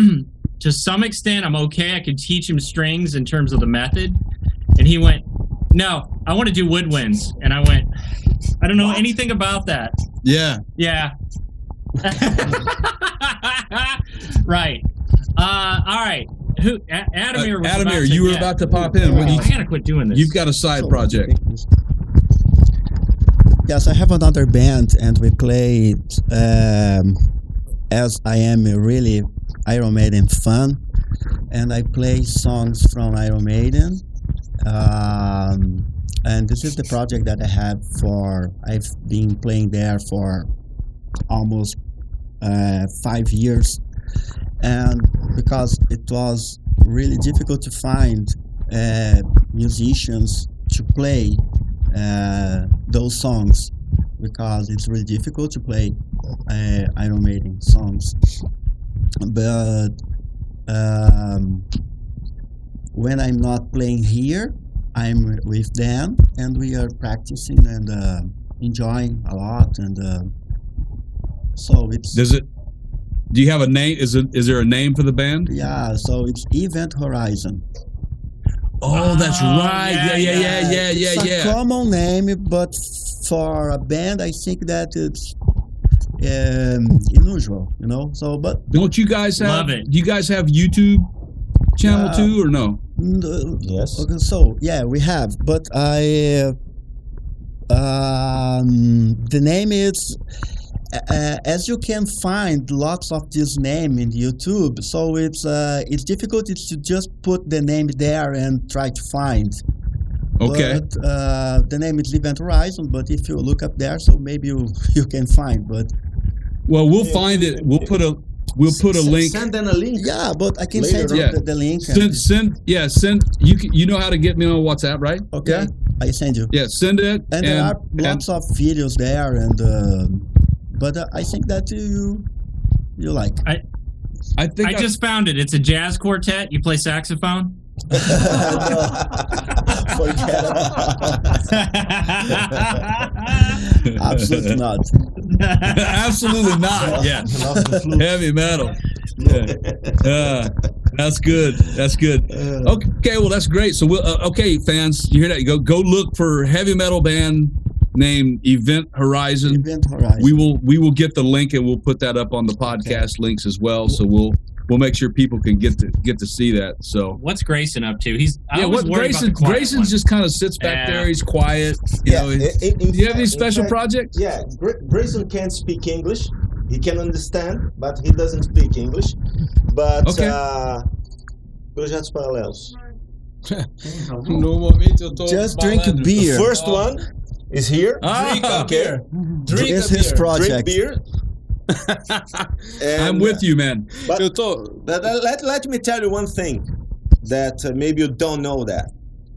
[SPEAKER 2] [clears throat] to some extent, I'm okay. I can teach him strings in terms of the method. And he went, no, I want to do woodwinds. And I went, I don't know anything about that.
[SPEAKER 1] Yeah.
[SPEAKER 2] Yeah. [laughs] right. Uh, all right. Who? A- Adamir.
[SPEAKER 1] Uh,
[SPEAKER 2] was
[SPEAKER 1] Adamir,
[SPEAKER 2] about to-
[SPEAKER 1] you were
[SPEAKER 2] yeah.
[SPEAKER 1] about to pop in. What do you-
[SPEAKER 2] I gotta quit doing this.
[SPEAKER 1] You've got a side project.
[SPEAKER 3] Yes, I have another band, and we played um, as I am a really Iron Maiden fan, and I play songs from Iron Maiden. Um, and this is the project that I have for. I've been playing there for almost uh, five years, and because it was really difficult to find uh, musicians to play uh, those songs because it's really difficult to play uh, Iron Maiden songs. But um, when I'm not playing here, I'm with them and we are practicing and uh, enjoying a lot. And uh, so it's
[SPEAKER 1] Does it do you have a name? Is it is there a name for the band?
[SPEAKER 3] yeah, so it's Event Horizon.
[SPEAKER 1] Oh, that's
[SPEAKER 2] Oh,
[SPEAKER 1] right.
[SPEAKER 2] yeah,
[SPEAKER 1] Yeah, yeah, yeah, yeah, yeah,
[SPEAKER 3] it's
[SPEAKER 1] yeah.
[SPEAKER 3] a common name, but for a band, I think that it's um, unusual, you know. So, but
[SPEAKER 1] Don't you guys have?
[SPEAKER 2] Love it.
[SPEAKER 1] Do you guys have YouTube channel
[SPEAKER 3] Yeah.
[SPEAKER 1] too, or no?
[SPEAKER 3] mm, uh,
[SPEAKER 4] Yes.
[SPEAKER 3] Okay, so yeah, we have, but I um, the name is uh, as you can find lots of this name in YouTube, so it's uh, it's difficult to just put the name there and try to find.
[SPEAKER 1] Okay.
[SPEAKER 3] But, uh, the name is Event Horizon, but if you look up there, so maybe you, [laughs] you can find. But
[SPEAKER 1] Well, we'll find it. We'll put a we'll put a link.
[SPEAKER 4] Send them a link.
[SPEAKER 3] yeah, but I can
[SPEAKER 4] Later
[SPEAKER 3] send you
[SPEAKER 1] on.
[SPEAKER 3] the, the link. and-
[SPEAKER 1] Send send yeah send you can- you know how to get me on WhatsApp right?
[SPEAKER 3] okay,
[SPEAKER 1] Yeah,
[SPEAKER 3] I send you.
[SPEAKER 1] yeah send it
[SPEAKER 3] And, there are lots of videos there, and uh, but uh, I think that you you like. [laughs]
[SPEAKER 1] I think
[SPEAKER 2] I
[SPEAKER 1] [laughs]
[SPEAKER 2] [laughs] just found it. It's a jazz quartet. You play saxophone.
[SPEAKER 4] No. Forget.
[SPEAKER 3] [laughs] Absolutely not.
[SPEAKER 1] [laughs] absolutely not. Yeah,
[SPEAKER 4] Love the flute.
[SPEAKER 1] heavy metal. Yeah. Uh, that's good. That's good. Okay, well that's great. So we'll, uh, okay, fans, you hear that? Go go look for heavy metal band named Event Horizon.
[SPEAKER 3] Event Horizon.
[SPEAKER 1] We will we will get the link and we'll put that up on the podcast links as well. So we'll we'll make sure people can get to get to see that. So
[SPEAKER 2] What's Grayson up to? He's I
[SPEAKER 1] yeah,
[SPEAKER 2] was
[SPEAKER 1] what
[SPEAKER 2] worried about
[SPEAKER 1] Grayson
[SPEAKER 2] the quiet
[SPEAKER 1] Grayson
[SPEAKER 2] one.
[SPEAKER 1] just kind of sits back
[SPEAKER 2] Yeah.
[SPEAKER 1] there. He's quiet. You know. he's-
[SPEAKER 4] in- in- in
[SPEAKER 1] do you have any
[SPEAKER 4] fact- in
[SPEAKER 1] special
[SPEAKER 4] fact,
[SPEAKER 1] projects?
[SPEAKER 4] Yeah, Gra- Grayson can't speak English. He can understand, but he doesn't speak English. But
[SPEAKER 1] Okay.
[SPEAKER 4] uh, projetos paralelos.
[SPEAKER 6] No momento eu tô.
[SPEAKER 3] Just drink
[SPEAKER 6] malandro.
[SPEAKER 3] beer.
[SPEAKER 4] First one is here.
[SPEAKER 1] Oh. Ah,
[SPEAKER 4] okay.
[SPEAKER 6] Drink
[SPEAKER 3] It's
[SPEAKER 6] a
[SPEAKER 3] his
[SPEAKER 6] beer.
[SPEAKER 4] Drink
[SPEAKER 3] project.
[SPEAKER 4] beer.
[SPEAKER 1] [laughs]
[SPEAKER 4] And,
[SPEAKER 1] I'm with you, man.
[SPEAKER 4] But-
[SPEAKER 6] Eu tô.
[SPEAKER 4] But uh, let, let me tell you one thing that uh, maybe you don't know that.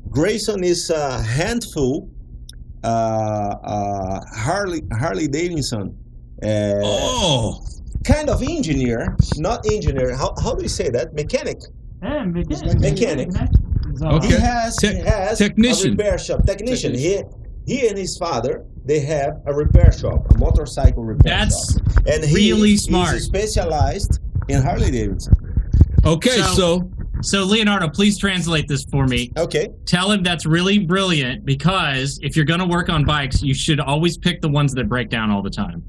[SPEAKER 4] Grayson is a handful uh, uh, Harley Harley Davidson uh,
[SPEAKER 1] Oh,
[SPEAKER 4] kind of engineer, not engineer. How, how do you say that? Mechanic.
[SPEAKER 5] É,
[SPEAKER 4] Mechanic. He
[SPEAKER 1] Okay.
[SPEAKER 4] has he
[SPEAKER 1] Tech-
[SPEAKER 4] has
[SPEAKER 1] technician.
[SPEAKER 4] a repair shop technician. He he and his father they have a repair shop, a motorcycle repair
[SPEAKER 2] That's
[SPEAKER 4] shop, and he
[SPEAKER 2] really
[SPEAKER 4] is
[SPEAKER 2] smart.
[SPEAKER 4] specialized in Harley Davidson.
[SPEAKER 1] okay.
[SPEAKER 2] So-
[SPEAKER 1] so
[SPEAKER 2] so Leonardo, please translate this for me.
[SPEAKER 4] Okay.
[SPEAKER 2] Tell him that's really brilliant because if you're going to work on bikes, you should always pick the ones that break down all the time.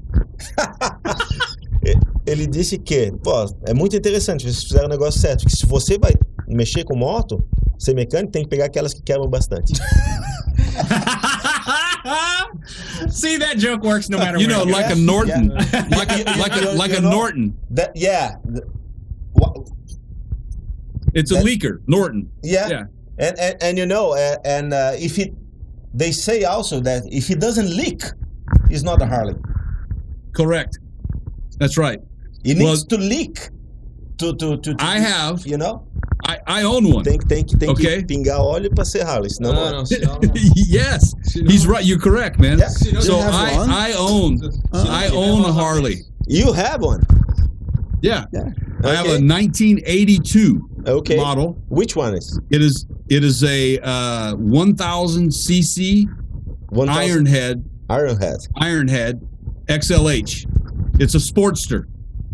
[SPEAKER 4] ele disse que, pô, é muito interessante, vocês fizeram o negócio certo, que se você vai mexer com moto, ser mecânico, tem que pegar aquelas que quebram bastante.
[SPEAKER 2] [laughs] See that joke works no matter.
[SPEAKER 1] you
[SPEAKER 2] where
[SPEAKER 1] know,
[SPEAKER 2] you
[SPEAKER 1] like a
[SPEAKER 4] Yeah.
[SPEAKER 1] Norton, [laughs] like
[SPEAKER 4] [laughs]
[SPEAKER 1] a like a like a
[SPEAKER 4] You know-
[SPEAKER 1] Norton.
[SPEAKER 4] That, yeah. th- wha-
[SPEAKER 1] It's a
[SPEAKER 4] That-
[SPEAKER 1] leaker, Norton.
[SPEAKER 4] yeah.
[SPEAKER 1] Yeah.
[SPEAKER 4] And, and and you know, uh, and uh, if it they say also that if it doesn't leak, it's not a Harley.
[SPEAKER 1] Correct. That's right.
[SPEAKER 4] It
[SPEAKER 1] Well-
[SPEAKER 4] needs to leak to to to, to
[SPEAKER 1] I have.
[SPEAKER 4] you know?
[SPEAKER 1] I, I own one.
[SPEAKER 4] Tem que tem que tem
[SPEAKER 1] Okay.
[SPEAKER 4] que pingar óleo para ser Harley, senão
[SPEAKER 6] Ah,
[SPEAKER 4] não. é.
[SPEAKER 6] não,
[SPEAKER 1] [laughs]
[SPEAKER 6] senão-
[SPEAKER 1] yes,
[SPEAKER 6] senão-
[SPEAKER 1] he's right. You're correct, man.
[SPEAKER 4] Yeah.
[SPEAKER 6] senão-
[SPEAKER 1] So
[SPEAKER 3] You have
[SPEAKER 1] I
[SPEAKER 3] one?
[SPEAKER 1] I own
[SPEAKER 6] senão
[SPEAKER 1] I
[SPEAKER 6] tiver
[SPEAKER 1] own a
[SPEAKER 6] vazamento.
[SPEAKER 1] Harley.
[SPEAKER 4] You have one.
[SPEAKER 1] Yeah, I have a
[SPEAKER 4] Okay.
[SPEAKER 1] 1982
[SPEAKER 4] Okay.
[SPEAKER 1] model.
[SPEAKER 4] Which one is?
[SPEAKER 1] It is it is a uh, 1000 cc
[SPEAKER 4] One
[SPEAKER 1] iron head
[SPEAKER 4] Iron Head.
[SPEAKER 1] iron head XLH. It's a Sportster.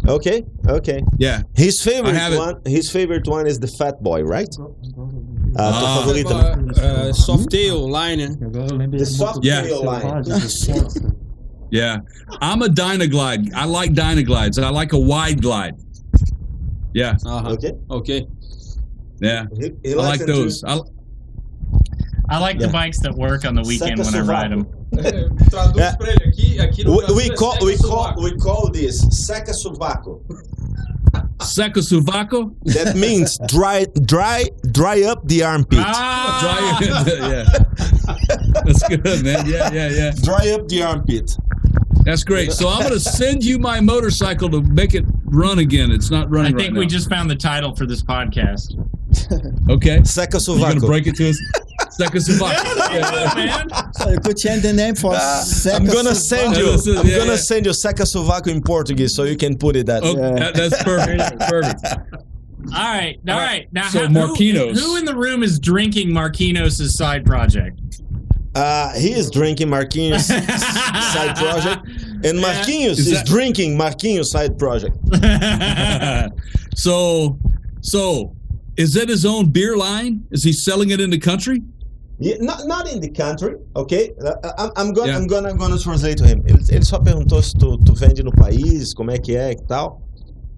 [SPEAKER 4] Okay. Okay.
[SPEAKER 1] Yeah.
[SPEAKER 4] His
[SPEAKER 1] I
[SPEAKER 4] favorite
[SPEAKER 1] have it.
[SPEAKER 4] one. His favorite one is the Fat Boy, right? Ah, teu
[SPEAKER 1] Ah.
[SPEAKER 4] favorito, né?
[SPEAKER 6] Ah, ah, Softail, Liner.
[SPEAKER 5] Agora eu lembrei
[SPEAKER 4] The
[SPEAKER 5] do
[SPEAKER 4] soft
[SPEAKER 5] motorista
[SPEAKER 4] tail line.
[SPEAKER 5] selvagem, do Sportster.
[SPEAKER 1] Yeah. I'm a Dynaglide. I like Dynaglides and I like a wide glide. Yeah.
[SPEAKER 6] Aham,
[SPEAKER 4] Okay.
[SPEAKER 6] ok.
[SPEAKER 1] Yeah.
[SPEAKER 4] He, Uh-huh. he
[SPEAKER 1] I
[SPEAKER 4] likes
[SPEAKER 1] like
[SPEAKER 4] them too.
[SPEAKER 1] those. I,
[SPEAKER 2] go. I like
[SPEAKER 4] Yeah.
[SPEAKER 2] the bikes that work on the weekend
[SPEAKER 4] Saca
[SPEAKER 2] when I ride them.
[SPEAKER 6] Traduz
[SPEAKER 4] É.
[SPEAKER 6] pra ele aqui. aqui no
[SPEAKER 4] We,
[SPEAKER 6] Brasil
[SPEAKER 4] we
[SPEAKER 6] é
[SPEAKER 4] call
[SPEAKER 6] seca
[SPEAKER 4] we call
[SPEAKER 6] sovaco.
[SPEAKER 4] we call this seca subaco.
[SPEAKER 1] Seco Suvaco.
[SPEAKER 4] That means dry dry dry up the armpit.
[SPEAKER 2] Ah!
[SPEAKER 1] Dry, [laughs] yeah. That's good, man. Yeah, yeah, yeah.
[SPEAKER 4] Dry up the armpit.
[SPEAKER 1] That's great. So I'm going to send you my motorcycle to make it run again. It's not
[SPEAKER 2] I
[SPEAKER 1] running
[SPEAKER 2] think
[SPEAKER 1] right
[SPEAKER 2] we
[SPEAKER 1] now.
[SPEAKER 2] just found the title for
[SPEAKER 1] [laughs]
[SPEAKER 2] this podcast.
[SPEAKER 1] Okay.
[SPEAKER 4] Seca
[SPEAKER 1] You're going to
[SPEAKER 4] subaco.
[SPEAKER 1] break it to us? Seco
[SPEAKER 2] [laughs]
[SPEAKER 1] Suvaco.
[SPEAKER 2] Yeah, man.
[SPEAKER 3] So you could change the name for
[SPEAKER 4] Ah,
[SPEAKER 3] Seca
[SPEAKER 4] I'm gonna
[SPEAKER 3] Suvaco.
[SPEAKER 4] send you.
[SPEAKER 1] Yeah, this is-
[SPEAKER 4] I'm
[SPEAKER 1] yeah,
[SPEAKER 4] gonna
[SPEAKER 1] yeah. Oh.
[SPEAKER 4] send you seca subaco in Portuguese, so you can put it that.
[SPEAKER 1] Okay, that- that's perfect. Perfect.
[SPEAKER 2] All right, all right. Now,
[SPEAKER 1] So
[SPEAKER 2] how- who-
[SPEAKER 1] Marquinos.
[SPEAKER 2] Who, in the room is drinking Marquinos' side
[SPEAKER 1] [laughs]
[SPEAKER 2] project?
[SPEAKER 4] Uh, he is drinking Marquinhos side project,
[SPEAKER 2] [laughs]
[SPEAKER 4] and
[SPEAKER 2] Yeah.
[SPEAKER 4] Marquinhos
[SPEAKER 1] Is
[SPEAKER 4] is,
[SPEAKER 1] that-
[SPEAKER 4] drinking Marquinhos side project.
[SPEAKER 1] [laughs] so, so is it his own beer line? Is he selling it in the country?
[SPEAKER 4] Yeah, not, not in the country, okay? Uh, I'm, I'm gonna
[SPEAKER 1] Yeah.
[SPEAKER 4] I'm gonna I'm gonna translate to him. Ele, ele só perguntou se tu, tu vende no país, como é que é e tal.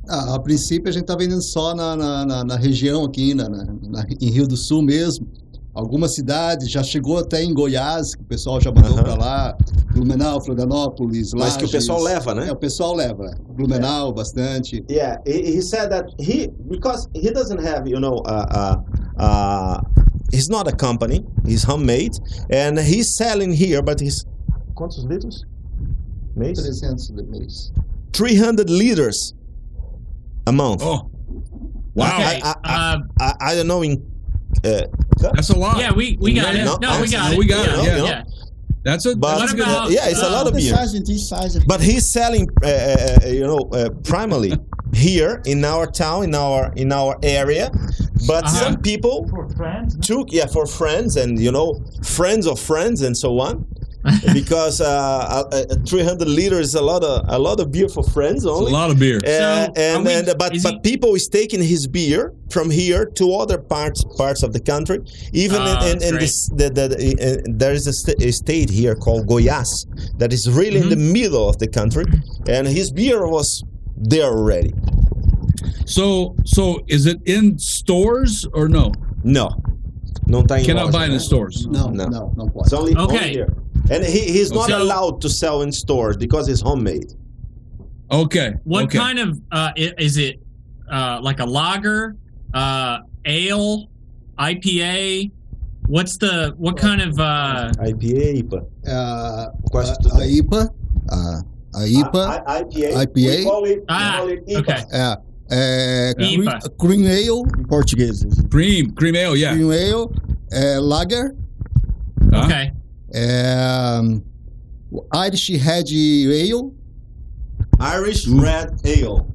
[SPEAKER 8] Ah, a princípio a gente está vendendo só na, na, na- na região aqui, na, na- na- em Rio do Sul mesmo. Algumas cidades, já chegou até em Goiás, que o pessoal já mandou
[SPEAKER 4] Aham.
[SPEAKER 8] para lá. Blumenau, Florianópolis,
[SPEAKER 1] Ah,
[SPEAKER 8] lá.
[SPEAKER 9] Mas que o pessoal leva,
[SPEAKER 8] É,
[SPEAKER 9] né? É.
[SPEAKER 8] o pessoal leva. Blumenau, bastante.
[SPEAKER 4] Yeah, he, he said that he because he doesn't have you know uh, uh, uh, he's not a company, he's homemade, and he's selling here, but he's quantos liters? Mês?
[SPEAKER 8] 300 de mês.
[SPEAKER 4] 300 liters a month.
[SPEAKER 1] Oh, wow.
[SPEAKER 2] Okay,
[SPEAKER 4] I-
[SPEAKER 2] uh,
[SPEAKER 4] I, I don't know in uh,
[SPEAKER 1] That's a lot.
[SPEAKER 2] yeah, we, we got it.
[SPEAKER 4] No,
[SPEAKER 2] No, we got
[SPEAKER 1] oh. no,
[SPEAKER 2] it.
[SPEAKER 1] we got it, yeah.
[SPEAKER 2] yeah.
[SPEAKER 1] That's a,
[SPEAKER 4] but
[SPEAKER 1] that's a good
[SPEAKER 2] about-
[SPEAKER 4] yeah, it's a
[SPEAKER 2] uh,
[SPEAKER 4] lot of
[SPEAKER 3] The
[SPEAKER 4] beer.
[SPEAKER 3] size and this size. of-
[SPEAKER 4] But he's selling uh, uh, uh, you know uh, primarily here in our town, in our in our area. But
[SPEAKER 2] Uh-huh.
[SPEAKER 4] some people
[SPEAKER 5] for friends.
[SPEAKER 4] took yeah for friends and you know friends of friends and so on because uh, uh, uh, 300 liters is a lot of a lot of beer for friends
[SPEAKER 1] It's a
[SPEAKER 4] only
[SPEAKER 1] lot of beer.
[SPEAKER 4] Uh,
[SPEAKER 2] So,
[SPEAKER 4] and,
[SPEAKER 2] are we-
[SPEAKER 4] and uh, but
[SPEAKER 2] is
[SPEAKER 4] but
[SPEAKER 2] it-
[SPEAKER 4] people is taking his beer from here to other parts parts of the country. Even
[SPEAKER 2] Ah,
[SPEAKER 4] in, in, in
[SPEAKER 2] great.
[SPEAKER 4] this, the, the, the, uh, there is a, st- a state here called Goiás that is really in the middle of the country, and his beer was there already.
[SPEAKER 1] So so is it in stores or no?
[SPEAKER 4] No, não tá em
[SPEAKER 1] Cannot
[SPEAKER 4] loja,
[SPEAKER 1] buy in
[SPEAKER 4] né?
[SPEAKER 1] the stores.
[SPEAKER 8] Não,
[SPEAKER 4] Não.
[SPEAKER 8] não, não, pode.
[SPEAKER 4] It's only, only
[SPEAKER 2] Okay.
[SPEAKER 4] here. And he, he's not
[SPEAKER 2] So-
[SPEAKER 4] allowed to sell in stores because it's homemade.
[SPEAKER 1] Okay.
[SPEAKER 2] What
[SPEAKER 1] okay.
[SPEAKER 2] kind of uh, i- is it? Uh, like a lager, uh, ale, IPA? What's the what kind of? Uh,
[SPEAKER 4] IPA, IPA.
[SPEAKER 8] É a,
[SPEAKER 9] Quase
[SPEAKER 8] a-
[SPEAKER 9] tudo
[SPEAKER 8] a
[SPEAKER 9] bem. Ah,
[SPEAKER 8] IPA, a, a IPA,
[SPEAKER 4] I- I- IPA.
[SPEAKER 8] IPA?
[SPEAKER 4] We call it, we
[SPEAKER 2] Ah,
[SPEAKER 4] call it IPA.
[SPEAKER 2] okay.
[SPEAKER 8] é, é green,
[SPEAKER 2] IPA.
[SPEAKER 8] green Ale,
[SPEAKER 3] Em português.
[SPEAKER 1] cream, cream ale, yeah. Uh-huh.
[SPEAKER 8] green ale, é lager,
[SPEAKER 1] Huh?
[SPEAKER 2] Okay.
[SPEAKER 8] é um, Irish Red Ale.
[SPEAKER 4] Irish Red Ale.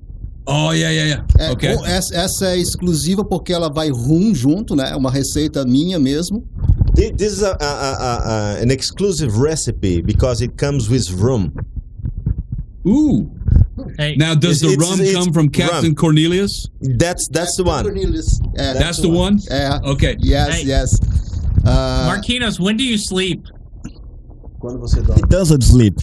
[SPEAKER 1] Oh yeah, yeah, yeah.
[SPEAKER 8] É,
[SPEAKER 1] Okay.
[SPEAKER 8] com- essa, essa é exclusiva porque ela vai rum junto, né? É uma receita minha mesmo.
[SPEAKER 4] Thi- This is a, a, a, a, an exclusive recipe because it comes with rum.
[SPEAKER 1] Ooh.
[SPEAKER 2] Hey,
[SPEAKER 1] Now does
[SPEAKER 4] It's-
[SPEAKER 1] the
[SPEAKER 4] it's-
[SPEAKER 1] rum
[SPEAKER 4] it's
[SPEAKER 1] come from Captain
[SPEAKER 4] rum.
[SPEAKER 1] Cornelius?
[SPEAKER 4] That's that's the one.
[SPEAKER 8] Cornelius. É,
[SPEAKER 1] That's, the one?
[SPEAKER 8] É.
[SPEAKER 1] Okay.
[SPEAKER 8] Yes,
[SPEAKER 2] Hey.
[SPEAKER 8] yes. Ah,
[SPEAKER 2] Marquinhos, when do you sleep?
[SPEAKER 9] Quando você dorme.
[SPEAKER 3] doesn't sleep.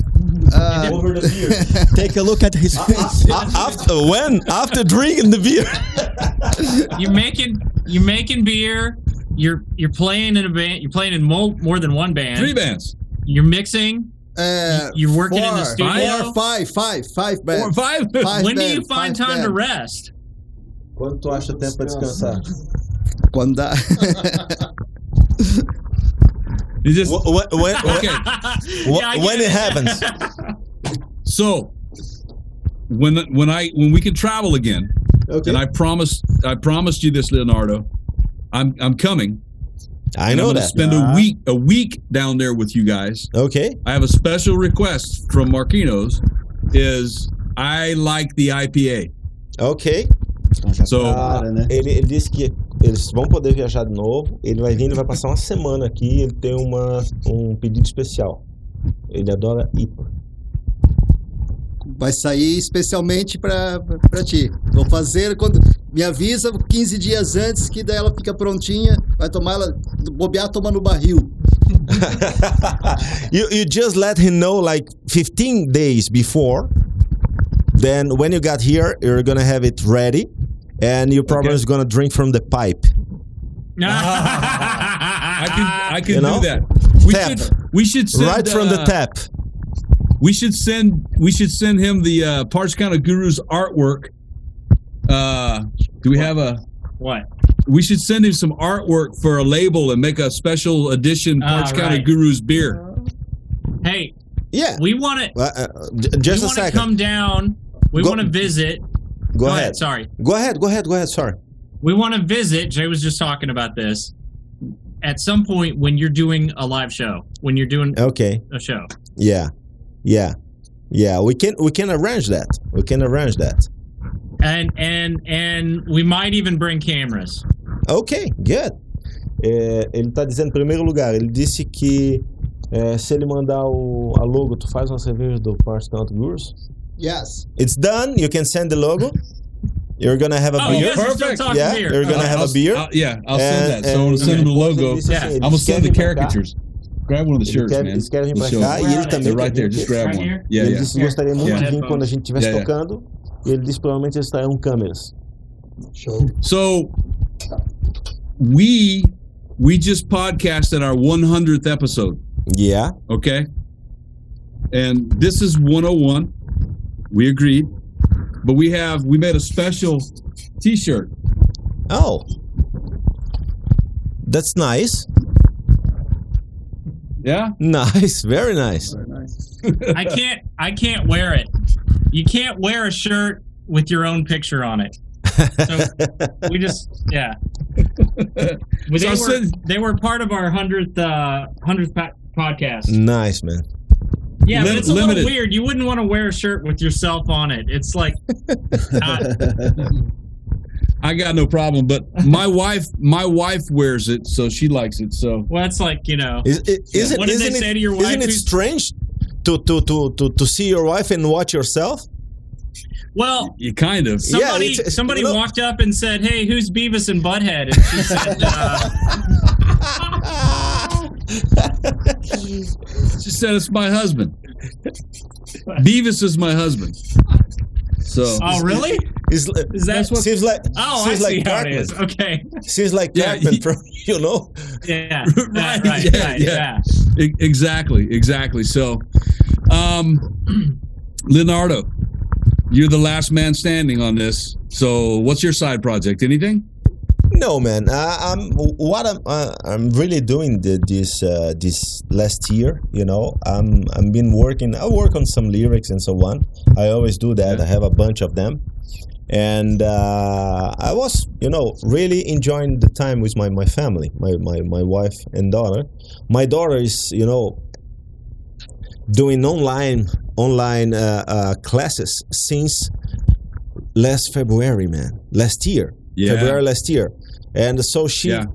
[SPEAKER 8] ah,
[SPEAKER 4] Over the beer.
[SPEAKER 3] Take a look at his face.
[SPEAKER 4] after when? After drinking
[SPEAKER 2] [laughs]
[SPEAKER 4] the beer.
[SPEAKER 2] You're making you're making beer. You're you're playing in a band. You're playing in more, more than one band.
[SPEAKER 1] Three bands.
[SPEAKER 2] You're mixing.
[SPEAKER 8] é,
[SPEAKER 2] You- you're working in the
[SPEAKER 8] four,
[SPEAKER 2] studio?
[SPEAKER 8] Four, five, five, five
[SPEAKER 1] Four or
[SPEAKER 8] bands.
[SPEAKER 1] five?
[SPEAKER 8] Five
[SPEAKER 2] when do
[SPEAKER 8] bands,
[SPEAKER 2] you find
[SPEAKER 8] five
[SPEAKER 2] time to
[SPEAKER 8] bands.
[SPEAKER 2] rest? [laughs]
[SPEAKER 9] Quando tu acha tempo pra descansar?
[SPEAKER 8] Quando [laughs] dá.
[SPEAKER 1] [laughs] [laughs] You just
[SPEAKER 4] Wh- wh- when,
[SPEAKER 1] Okay.
[SPEAKER 2] Yeah, I get
[SPEAKER 4] when
[SPEAKER 2] [laughs]
[SPEAKER 4] it happens.
[SPEAKER 1] So when when I when we can travel again, and I promised I promised you this, Leonardo, I'm I'm coming.
[SPEAKER 4] I
[SPEAKER 1] and
[SPEAKER 4] know
[SPEAKER 1] I'm gonna
[SPEAKER 4] that.
[SPEAKER 1] Spend a week a week down there with you guys.
[SPEAKER 4] Okay.
[SPEAKER 1] I have a special request from Marquinos. Is I like the IPA.
[SPEAKER 4] Okay.
[SPEAKER 1] So
[SPEAKER 4] Ah,
[SPEAKER 3] Cara, né?
[SPEAKER 4] ele, ele disse que eles vão poder viajar de novo. Ele vai vir, ele vai passar uma semana aqui. Ele tem uma, um pedido especial. Ele adora IPA.
[SPEAKER 8] Vai sair especialmente pra, pra ti. Vou fazer quando. Me avisa 15 dias antes que daí ela fica prontinha. Vai tomar ela. Bobear, toma no barril.
[SPEAKER 4] [laughs] you you just let him know like 15 days before. Then when you got here, you're gonna have it ready, and you probably is gonna drink from the pipe.
[SPEAKER 1] [laughs]
[SPEAKER 4] [laughs]
[SPEAKER 1] I can I can
[SPEAKER 4] You know?
[SPEAKER 1] do that. We
[SPEAKER 4] Tap.
[SPEAKER 1] should we should send
[SPEAKER 4] right from the
[SPEAKER 1] uh,
[SPEAKER 4] tap.
[SPEAKER 1] We should send we should send him the uh, Parts Counter Guru's artwork. Uh, do we have a
[SPEAKER 2] what?
[SPEAKER 1] we should send him some artwork for a label and make a special edition
[SPEAKER 2] Ah,
[SPEAKER 1] Parch County
[SPEAKER 2] right.
[SPEAKER 1] Guru's beer.
[SPEAKER 2] Hey,
[SPEAKER 4] Yeah.
[SPEAKER 2] we want to
[SPEAKER 4] Uh, uh, j-
[SPEAKER 2] we
[SPEAKER 4] just a
[SPEAKER 2] want to
[SPEAKER 4] second.
[SPEAKER 2] come down. We
[SPEAKER 4] Go-
[SPEAKER 2] want to visit.
[SPEAKER 4] go, ahead.
[SPEAKER 2] Sorry.
[SPEAKER 4] Go ahead. Go ahead. Go ahead. Sorry.
[SPEAKER 2] We want to visit. Jay was just talking about this. At some point, when you're doing a live show, when you're doing
[SPEAKER 4] Okay.
[SPEAKER 2] a show,
[SPEAKER 4] Yeah. Yeah. Yeah. We can we can arrange that. We can arrange that.
[SPEAKER 2] and and and we might even bring cameras.
[SPEAKER 4] Ok, good. É, ele tá dizendo, em primeiro lugar, ele disse que é, se ele mandar o, a logo, tu faz uma cerveja do Parts Count Gurus?
[SPEAKER 8] Yes.
[SPEAKER 4] It's done, you can send the logo. You're gonna have a
[SPEAKER 2] Oh, you
[SPEAKER 4] beer.
[SPEAKER 2] guys are still
[SPEAKER 1] Perfect.
[SPEAKER 2] talking
[SPEAKER 4] Yeah,
[SPEAKER 2] here.
[SPEAKER 4] you're gonna have a
[SPEAKER 1] I'll-
[SPEAKER 4] beer.
[SPEAKER 1] I'll- yeah, I'll send
[SPEAKER 4] And-
[SPEAKER 1] that. So I'm gonna
[SPEAKER 4] and-
[SPEAKER 1] send him the logo.
[SPEAKER 4] Ele disse assim,
[SPEAKER 1] I'm
[SPEAKER 4] eles
[SPEAKER 1] gonna send the
[SPEAKER 4] querem pra cá,
[SPEAKER 1] caricatures. Grab one of the
[SPEAKER 4] Ele
[SPEAKER 1] shirts,
[SPEAKER 4] quer-
[SPEAKER 1] man.
[SPEAKER 4] eles querem
[SPEAKER 1] We'll
[SPEAKER 4] pra
[SPEAKER 1] show
[SPEAKER 4] cá
[SPEAKER 1] you.
[SPEAKER 4] e ele também
[SPEAKER 1] They're right
[SPEAKER 4] quer
[SPEAKER 1] there.
[SPEAKER 4] vir
[SPEAKER 1] Just
[SPEAKER 4] aqui.
[SPEAKER 1] grab
[SPEAKER 2] Right
[SPEAKER 1] one.
[SPEAKER 2] here?
[SPEAKER 1] Yeah,
[SPEAKER 4] ele
[SPEAKER 1] yeah.
[SPEAKER 4] disse que gostaria muito
[SPEAKER 1] Yeah.
[SPEAKER 4] de vir quando a gente estivesse
[SPEAKER 1] Yeah, yeah.
[SPEAKER 4] tocando. E ele disse que provavelmente é eles trarão câmeras.
[SPEAKER 8] Show.
[SPEAKER 1] So we we just podcasted our 100th episode.
[SPEAKER 4] Yeah.
[SPEAKER 1] Okay. and this is 101. We agreed, but we have we made a special T-shirt.
[SPEAKER 4] Oh, that's nice. [laughs]
[SPEAKER 1] Yeah,
[SPEAKER 4] Nice, very nice.
[SPEAKER 2] I can't. I can't wear it. You can't wear a shirt with your own picture on it.
[SPEAKER 4] [laughs]
[SPEAKER 2] So we just, yeah. But they,
[SPEAKER 1] So I
[SPEAKER 2] were,
[SPEAKER 1] said-
[SPEAKER 2] they were part of our hundredth uh, hundredth po- podcast.
[SPEAKER 4] nice, man.
[SPEAKER 2] Yeah,
[SPEAKER 1] Lim-
[SPEAKER 2] but it's a
[SPEAKER 1] limited.
[SPEAKER 2] little weird. You wouldn't want to wear a shirt with yourself on it. It's like
[SPEAKER 4] [laughs]
[SPEAKER 2] not,
[SPEAKER 1] I got no problem, but
[SPEAKER 2] [laughs]
[SPEAKER 1] my wife my wife wears it, so she likes it. So
[SPEAKER 2] well, it's like you know.
[SPEAKER 4] Is, is, is it,
[SPEAKER 2] What did they
[SPEAKER 4] isn't it-
[SPEAKER 2] say to your wife?
[SPEAKER 4] Isn't it
[SPEAKER 2] who's-
[SPEAKER 4] strange to, to, to, to, to see your wife and watch yourself?
[SPEAKER 2] well,
[SPEAKER 1] you kind of.
[SPEAKER 4] Yeah,
[SPEAKER 2] Somebody,
[SPEAKER 4] it's- it's-
[SPEAKER 2] somebody
[SPEAKER 4] no.
[SPEAKER 2] walked up and said, "Hey, who's Beavis and Butthead?" And she
[SPEAKER 4] [laughs]
[SPEAKER 2] said, uh,
[SPEAKER 1] She said it's my husband. Beavis is my husband. So
[SPEAKER 2] "Oh, really?
[SPEAKER 4] It's li-
[SPEAKER 2] Is that what?"
[SPEAKER 4] seems like
[SPEAKER 2] Oh, I
[SPEAKER 4] seems
[SPEAKER 2] see
[SPEAKER 4] like
[SPEAKER 2] how
[SPEAKER 4] Cartman.
[SPEAKER 2] it is. Okay,
[SPEAKER 4] Seems like
[SPEAKER 1] Yeah,
[SPEAKER 4] Cartman [laughs]
[SPEAKER 1] he-
[SPEAKER 4] from you know.
[SPEAKER 2] yeah,
[SPEAKER 1] Right,
[SPEAKER 2] right, right,
[SPEAKER 1] yeah,
[SPEAKER 2] right,
[SPEAKER 1] yeah.
[SPEAKER 2] yeah.
[SPEAKER 1] E- exactly, exactly. So um [clears throat] Leonardo, you're the last man standing on this. So what's your side project? Anything?
[SPEAKER 4] No, man. I, I'm what I'm. Uh, I'm really doing the, this uh, this last year. You know, I'm I'm been working. I work on some lyrics and so on. I always do that. I have a bunch of them, and uh, I was, you know, really enjoying the time with my my family, my my my wife and daughter. My daughter is, you know, doing online online uh, uh, classes since last February, man. Last year. February last year, and so she
[SPEAKER 1] Yeah.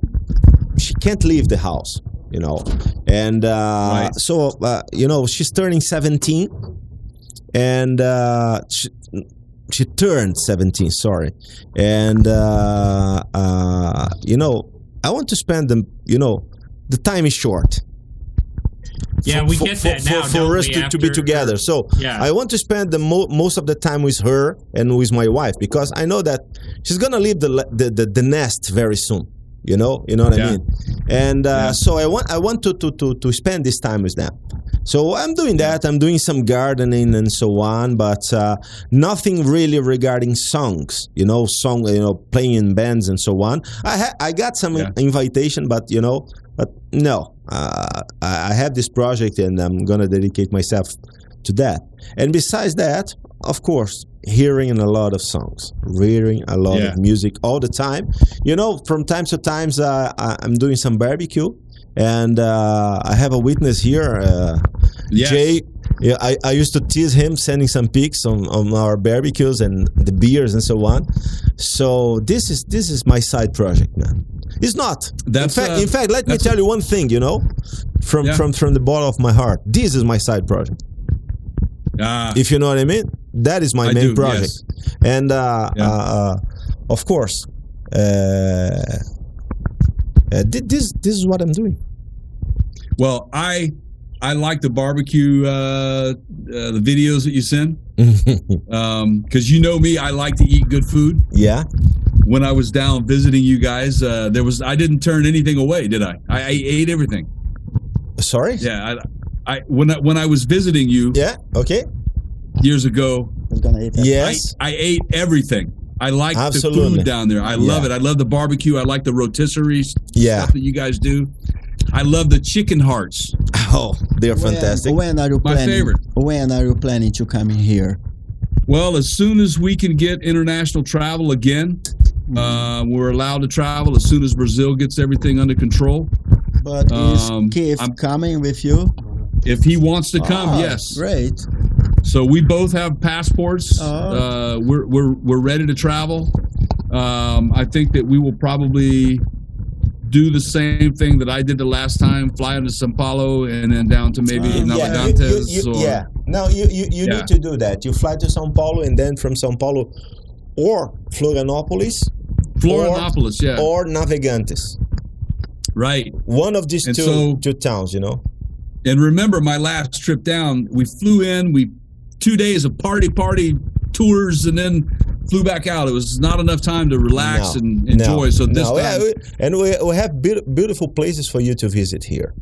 [SPEAKER 4] she can't leave the house, you know, and uh,
[SPEAKER 1] Right.
[SPEAKER 4] so uh, you know she's turning seventeen, and uh, she she turned seventeen, sorry, and uh, uh, you know I want to spend them, you know, the time is short.
[SPEAKER 2] Yeah,
[SPEAKER 4] For-
[SPEAKER 2] we
[SPEAKER 4] for,
[SPEAKER 2] get
[SPEAKER 4] for,
[SPEAKER 2] that
[SPEAKER 4] for,
[SPEAKER 2] now,
[SPEAKER 4] for
[SPEAKER 2] don't
[SPEAKER 4] us
[SPEAKER 2] we,
[SPEAKER 4] to, to be
[SPEAKER 2] after-
[SPEAKER 4] together. So
[SPEAKER 2] Yeah,
[SPEAKER 4] I want to spend the mo- most of the time with her and with my wife because I know that she's gonna leave the le- the, the, the nest very soon. You know, you know what
[SPEAKER 1] Yeah.
[SPEAKER 4] I mean. And uh,
[SPEAKER 1] Yeah.
[SPEAKER 4] so I want I want to, to to to spend this time with them. So I'm doing that. I'm doing some gardening and so on, but uh, nothing really regarding songs. You know, song. You know, playing in bands and so on. I ha- I got some
[SPEAKER 1] Yeah.
[SPEAKER 4] invitation, but you know, but no. Uh, I I have this project, and I'm gonna dedicate myself to that. And besides that, of course, hearing a lot of songs, hearing a lot
[SPEAKER 1] Yeah.
[SPEAKER 4] of music all the time. You know, from time to times, uh, I- I'm doing some barbecue, and uh, I have a witness here, uh,
[SPEAKER 1] Yes.
[SPEAKER 4] Jay. Yeah, I, I used to tease him, sending some pics on, on our barbecues and the beers and so on. So this is this is my side project, man. It's not.
[SPEAKER 1] That's,
[SPEAKER 4] in fact,
[SPEAKER 1] uh,
[SPEAKER 4] in fact, let me
[SPEAKER 1] that's-
[SPEAKER 4] tell you one thing. You know, from
[SPEAKER 1] Yeah.
[SPEAKER 4] from from the bottom of my heart, this is my side project
[SPEAKER 1] Ah,
[SPEAKER 4] if you know what I mean. That is my
[SPEAKER 1] I
[SPEAKER 4] main
[SPEAKER 1] do,
[SPEAKER 4] project, and uh,
[SPEAKER 1] Yeah.
[SPEAKER 4] uh, uh, of course, uh, uh, thi- this this is what
[SPEAKER 1] [laughs]
[SPEAKER 4] I'm doing.
[SPEAKER 1] Well, I I like the barbecue uh, uh the videos that you send um cuz you know me, I like to eat good food.
[SPEAKER 4] yeah,
[SPEAKER 1] When I was down visiting you guys, uh there was I didn't turn anything away, did I? I, I ate everything.
[SPEAKER 4] sorry.
[SPEAKER 1] Yeah, I I when I, when I was visiting you
[SPEAKER 4] Yeah, Okay.
[SPEAKER 1] years ago,
[SPEAKER 3] He's gonna eat that.
[SPEAKER 4] Yes.
[SPEAKER 1] I, I ate everything. I like the
[SPEAKER 4] Absolutely.
[SPEAKER 1] food down there. I love
[SPEAKER 4] Yeah.
[SPEAKER 1] it. I love the barbecue. I like the rotisserie
[SPEAKER 4] yeah.
[SPEAKER 1] [laughs] stuff that you guys do. I love the chicken hearts.
[SPEAKER 4] Oh, they're fantastic.
[SPEAKER 3] When, when are you
[SPEAKER 1] My
[SPEAKER 3] planning?
[SPEAKER 1] favorite.
[SPEAKER 3] When are you planning to come here?
[SPEAKER 1] Well, as soon as we can get international travel again, uh, we're allowed to travel as soon as Brazil gets everything under control.
[SPEAKER 3] But is
[SPEAKER 1] Um,
[SPEAKER 3] Keith
[SPEAKER 1] I'm-
[SPEAKER 3] coming with you?
[SPEAKER 1] If he wants to come,
[SPEAKER 3] Ah,
[SPEAKER 1] yes.
[SPEAKER 3] Great.
[SPEAKER 1] So we both have passports.
[SPEAKER 4] Ah.
[SPEAKER 3] Oh.
[SPEAKER 1] Uh, we're, we're, we're ready to travel. Um, I think that we will probably do the same thing that I did the last time, fly into São Paulo and then down to maybe
[SPEAKER 3] Ah.
[SPEAKER 4] yeah, you- you-
[SPEAKER 1] Navegantes
[SPEAKER 4] you-
[SPEAKER 1] or
[SPEAKER 4] yeah. No, you you, you
[SPEAKER 1] Yeah.
[SPEAKER 4] need to do that. You fly to São Paulo and then from São Paulo, or Florianopolis,
[SPEAKER 1] Florianopolis. Yeah,
[SPEAKER 4] or Navegantes.
[SPEAKER 1] right.
[SPEAKER 4] One of these
[SPEAKER 1] And
[SPEAKER 4] two
[SPEAKER 1] so-
[SPEAKER 4] two towns. You know.
[SPEAKER 1] And remember, my last trip down, we flew in, we two days of party, party tours, and then flew back out. It was not enough time to relax
[SPEAKER 4] No,
[SPEAKER 1] and enjoy. So this
[SPEAKER 4] no, yeah,
[SPEAKER 1] time,
[SPEAKER 4] we- and we, we have beau- beautiful places for you to visit here.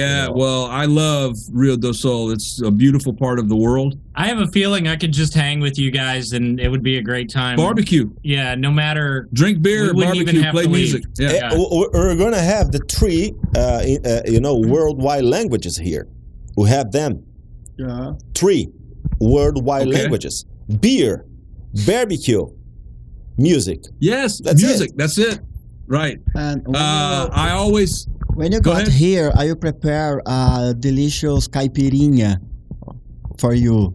[SPEAKER 1] Yeah, well, I love Rio do Sol. It's a beautiful part of the world.
[SPEAKER 2] I have a feeling I could just hang with you guys and it would be a great time.
[SPEAKER 1] Barbecue,
[SPEAKER 2] Yeah, no matter.
[SPEAKER 1] drink
[SPEAKER 2] We
[SPEAKER 1] beer,
[SPEAKER 2] wouldn't even
[SPEAKER 1] barbecue,
[SPEAKER 2] have
[SPEAKER 1] play
[SPEAKER 2] to leave.
[SPEAKER 1] music. Yeah.
[SPEAKER 4] Eh,
[SPEAKER 2] Yeah.
[SPEAKER 4] w- w- We're gonna have the three, uh, i- uh, you know, worldwide languages here. We have them three worldwide
[SPEAKER 1] Okay.
[SPEAKER 4] languages: beer, barbecue, music.
[SPEAKER 1] Yes,
[SPEAKER 4] That's
[SPEAKER 1] music. That's it. Right.
[SPEAKER 3] And when,
[SPEAKER 1] Uh, I always
[SPEAKER 3] you, when you
[SPEAKER 1] go
[SPEAKER 3] got
[SPEAKER 1] ahead.
[SPEAKER 3] here, I will prepare a delicious caipirinha for you.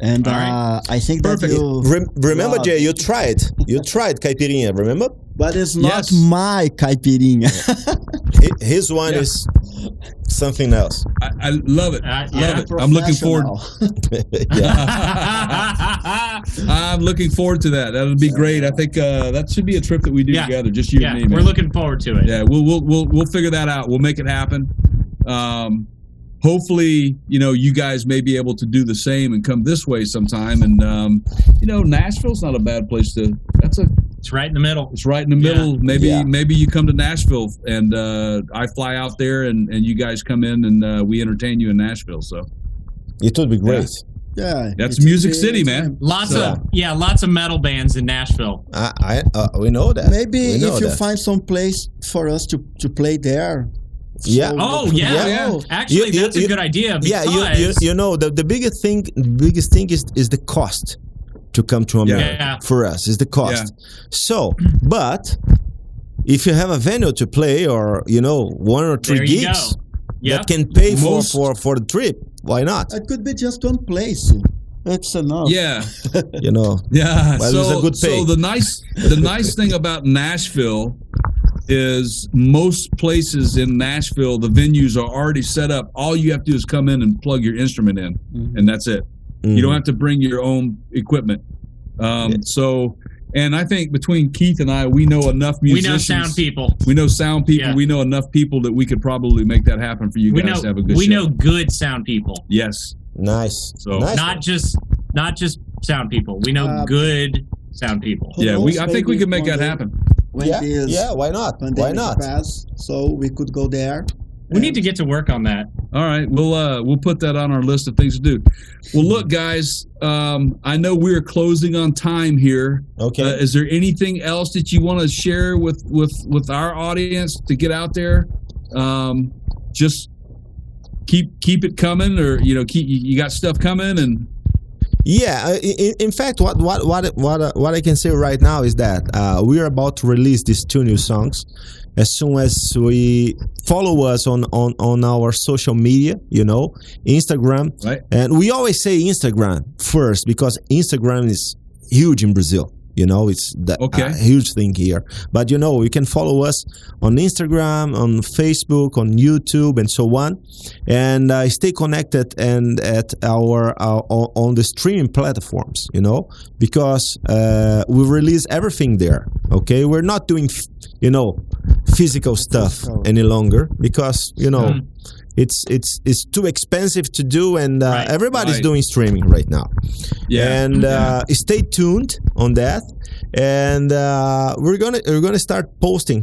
[SPEAKER 3] And
[SPEAKER 2] All
[SPEAKER 3] uh,
[SPEAKER 2] right.
[SPEAKER 3] I think
[SPEAKER 1] Perfect.
[SPEAKER 3] that you.
[SPEAKER 4] Rem- remember,
[SPEAKER 3] Wow.
[SPEAKER 4] Jay, you tried, you tried caipirinha. Remember,
[SPEAKER 3] But it's not
[SPEAKER 1] Yes.
[SPEAKER 3] my caipirinha.
[SPEAKER 4] Hi- his one
[SPEAKER 1] Yeah.
[SPEAKER 4] is something else.
[SPEAKER 1] I, I love it.
[SPEAKER 2] Uh,
[SPEAKER 1] Love
[SPEAKER 2] yeah.
[SPEAKER 1] it. I'm looking forward.
[SPEAKER 4] yeah.
[SPEAKER 1] [laughs]
[SPEAKER 2] [laughs]
[SPEAKER 1] I'm looking forward to that. That'll be great. I think uh, that should be a trip that we do
[SPEAKER 2] Yeah.
[SPEAKER 1] together, just you
[SPEAKER 2] yeah,
[SPEAKER 1] and me. Man.
[SPEAKER 2] we're looking forward to it.
[SPEAKER 1] yeah, we'll, we'll we'll we'll figure that out. We'll make it happen. Um, hopefully, you know, you guys may be able to do the same and come this way sometime. And um, you know, Nashville's not a bad place to. That's a
[SPEAKER 2] It's right in the middle.
[SPEAKER 1] it's right in the middle. Maybe
[SPEAKER 4] Yeah.
[SPEAKER 1] maybe you come to Nashville and uh, I fly out there and, and you guys come in and uh, we entertain you in Nashville. So
[SPEAKER 4] It would be great.
[SPEAKER 3] yeah,
[SPEAKER 1] That's
[SPEAKER 3] it
[SPEAKER 1] Music
[SPEAKER 3] will be
[SPEAKER 1] City, man.
[SPEAKER 3] time.
[SPEAKER 2] Lots
[SPEAKER 1] So-
[SPEAKER 2] of yeah, lots of metal bands in Nashville.
[SPEAKER 4] I, I uh, we know that.
[SPEAKER 3] Maybe
[SPEAKER 4] We
[SPEAKER 3] if
[SPEAKER 4] know
[SPEAKER 3] you
[SPEAKER 4] that.
[SPEAKER 3] find some place for us to, to play there.
[SPEAKER 4] Yeah.
[SPEAKER 2] Oh yeah,
[SPEAKER 1] Yeah.
[SPEAKER 2] actually
[SPEAKER 4] You- you-
[SPEAKER 2] that's a
[SPEAKER 4] you-
[SPEAKER 2] good idea because
[SPEAKER 4] yeah, you, you you know the the biggest thing biggest thing is is the cost to come to America
[SPEAKER 2] Yeah.
[SPEAKER 4] for us is the cost. So, but if you have a venue to play or you know one or three
[SPEAKER 2] there you go.
[SPEAKER 4] gigs
[SPEAKER 2] Yep.
[SPEAKER 4] that can pay for,
[SPEAKER 1] Most-
[SPEAKER 4] for for the trip, why
[SPEAKER 3] [laughs]
[SPEAKER 4] not?
[SPEAKER 3] It could be just one place. It's enough.
[SPEAKER 1] yeah,
[SPEAKER 4] You know,
[SPEAKER 1] Yeah.
[SPEAKER 4] Well,
[SPEAKER 1] so,
[SPEAKER 4] it was a good
[SPEAKER 1] so
[SPEAKER 4] pay.
[SPEAKER 1] the nice the nice thing about Nashville is most places in Nashville the venues are already set up. All you have to do is come in and plug your instrument in,
[SPEAKER 2] Mm-hmm.
[SPEAKER 1] and that's it. You don't have to bring your own equipment. Um,
[SPEAKER 4] Yeah.
[SPEAKER 1] So, and I think between Keith and I, we know enough
[SPEAKER 2] we
[SPEAKER 1] musicians.
[SPEAKER 2] know sound people.
[SPEAKER 1] We know sound people.
[SPEAKER 2] Yeah.
[SPEAKER 1] We know enough people that we could probably make that happen for you
[SPEAKER 2] we
[SPEAKER 1] guys
[SPEAKER 2] know
[SPEAKER 1] to have a good
[SPEAKER 2] we
[SPEAKER 1] show.
[SPEAKER 2] know good sound people.
[SPEAKER 1] Yes.
[SPEAKER 4] Mm, nice.
[SPEAKER 1] So-
[SPEAKER 4] nice.
[SPEAKER 2] Not just not just sound people. We know
[SPEAKER 3] Uh,
[SPEAKER 2] good sound people.
[SPEAKER 3] Who
[SPEAKER 1] yeah. We.
[SPEAKER 3] knows,
[SPEAKER 1] I think we
[SPEAKER 3] maybe
[SPEAKER 1] could make
[SPEAKER 3] one
[SPEAKER 1] that
[SPEAKER 3] day
[SPEAKER 1] happen.
[SPEAKER 3] When
[SPEAKER 4] yeah,
[SPEAKER 3] this
[SPEAKER 4] yeah, why not? Why
[SPEAKER 3] pandemic
[SPEAKER 4] not?
[SPEAKER 3] pass, so we could go there.
[SPEAKER 2] We need to get to work on that.
[SPEAKER 1] All right, we'll uh, we'll put that on our list of things to do. Well, look, guys, um, I know we're closing on time here.
[SPEAKER 4] Okay.
[SPEAKER 1] Uh, is there anything else that you want to share with with with our audience to get out there? Um, just keep keep it coming, or you know, keep you, you got stuff coming, and
[SPEAKER 4] Yeah, uh, i- i- in fact, what what what what uh, what I can say right now is that uh, we are about to release these two new songs. As soon as we follow us on on on our social media, you know, Instagram,
[SPEAKER 1] Right.
[SPEAKER 4] and we always say Instagram first because Instagram is huge in Brazil. You know, it's the,
[SPEAKER 1] Okay.
[SPEAKER 4] a huge thing here. But you know, you can follow us on Instagram, on Facebook, on YouTube, and so on and uh, stay connected and at our uh, o- on the streaming platforms you know because uh, we release everything there okay we're not doing f- you know physical stuff any longer because you know
[SPEAKER 2] Mm.
[SPEAKER 4] it's it's it's too expensive to do and uh,
[SPEAKER 2] Right.
[SPEAKER 4] everybody's
[SPEAKER 1] Right.
[SPEAKER 4] doing streaming right now
[SPEAKER 1] yeah,
[SPEAKER 4] and uh, stay tuned on that and uh, we're gonna we're gonna start posting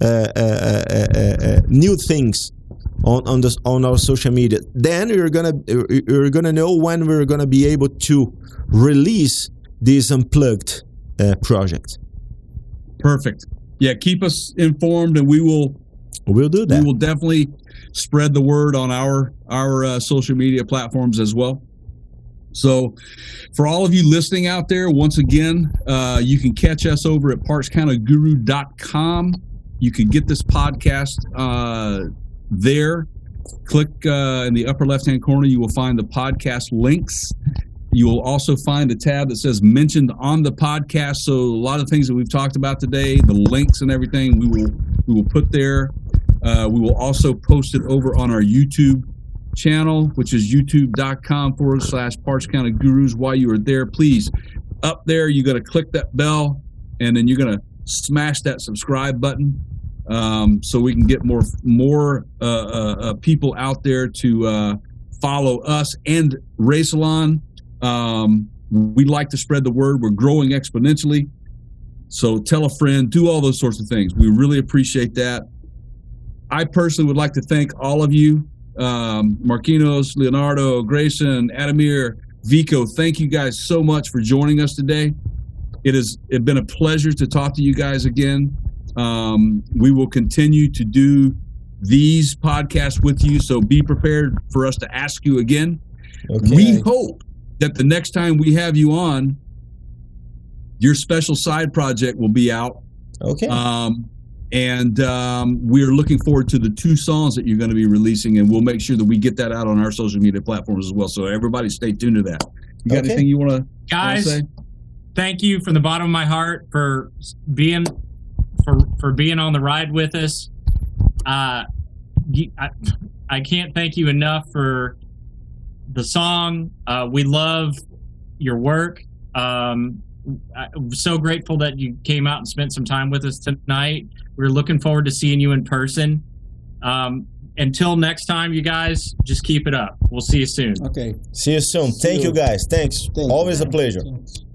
[SPEAKER 4] uh, uh, uh, uh, uh, new things on on this on our social media then you're gonna you're gonna know when we're gonna be able to release this unplugged uh, project
[SPEAKER 1] perfect. Yeah, keep us informed, and we will
[SPEAKER 4] we'll do
[SPEAKER 1] we
[SPEAKER 4] that
[SPEAKER 1] will definitely spread the word on our our uh, social media platforms as well so for all of you listening out there once again uh, you can catch us over at parkscountyguru.com you can get this podcast uh, there click uh, in the upper left hand corner you will find the podcast links you will also find a tab that says mentioned on the podcast so a lot of things that we've talked about today the links and everything we will we will put there uh, we will also post it over on our YouTube channel, which is youtube.com forward slash Parts County Gurus. While you are there, please, up there, you're going to click that bell and then you're going to smash that subscribe button um, so we can get more more uh, uh, uh, people out there to uh, follow us and Racealon. Um, we like to spread the word. We're growing exponentially. So tell a friend, do all those sorts of things. We really appreciate that. I personally would like to thank all of you, um, Marquinos, Leonardo, Grayson, Adamir, Vico. Thank you guys so much for joining us today. It has it been a pleasure to talk to you guys again. Um, we will continue to do these podcasts with you, so be prepared for us to ask you again. We hope that the next time we have you on, your special side project will be out.
[SPEAKER 4] Okay.
[SPEAKER 1] Um, and um, we're looking forward to the two songs that you're going to be releasing, and we'll make sure that we get that out on our social media platforms as well. So everybody, stay tuned to that. You got
[SPEAKER 4] Okay.
[SPEAKER 1] anything you want to
[SPEAKER 2] guys
[SPEAKER 1] say?
[SPEAKER 2] thank you from the bottom of my heart for being for for being on the ride with us uh you- I, I can't thank you enough for the song uh we love your work um I- I'm so grateful that you came out and spent some time with us tonight we're looking forward to seeing you in person um until next time you guys just keep it up we'll see you soon
[SPEAKER 8] Okay.
[SPEAKER 4] See you soon. Thank you guys. Thanks.
[SPEAKER 8] Thank you.
[SPEAKER 4] Always a pleasure.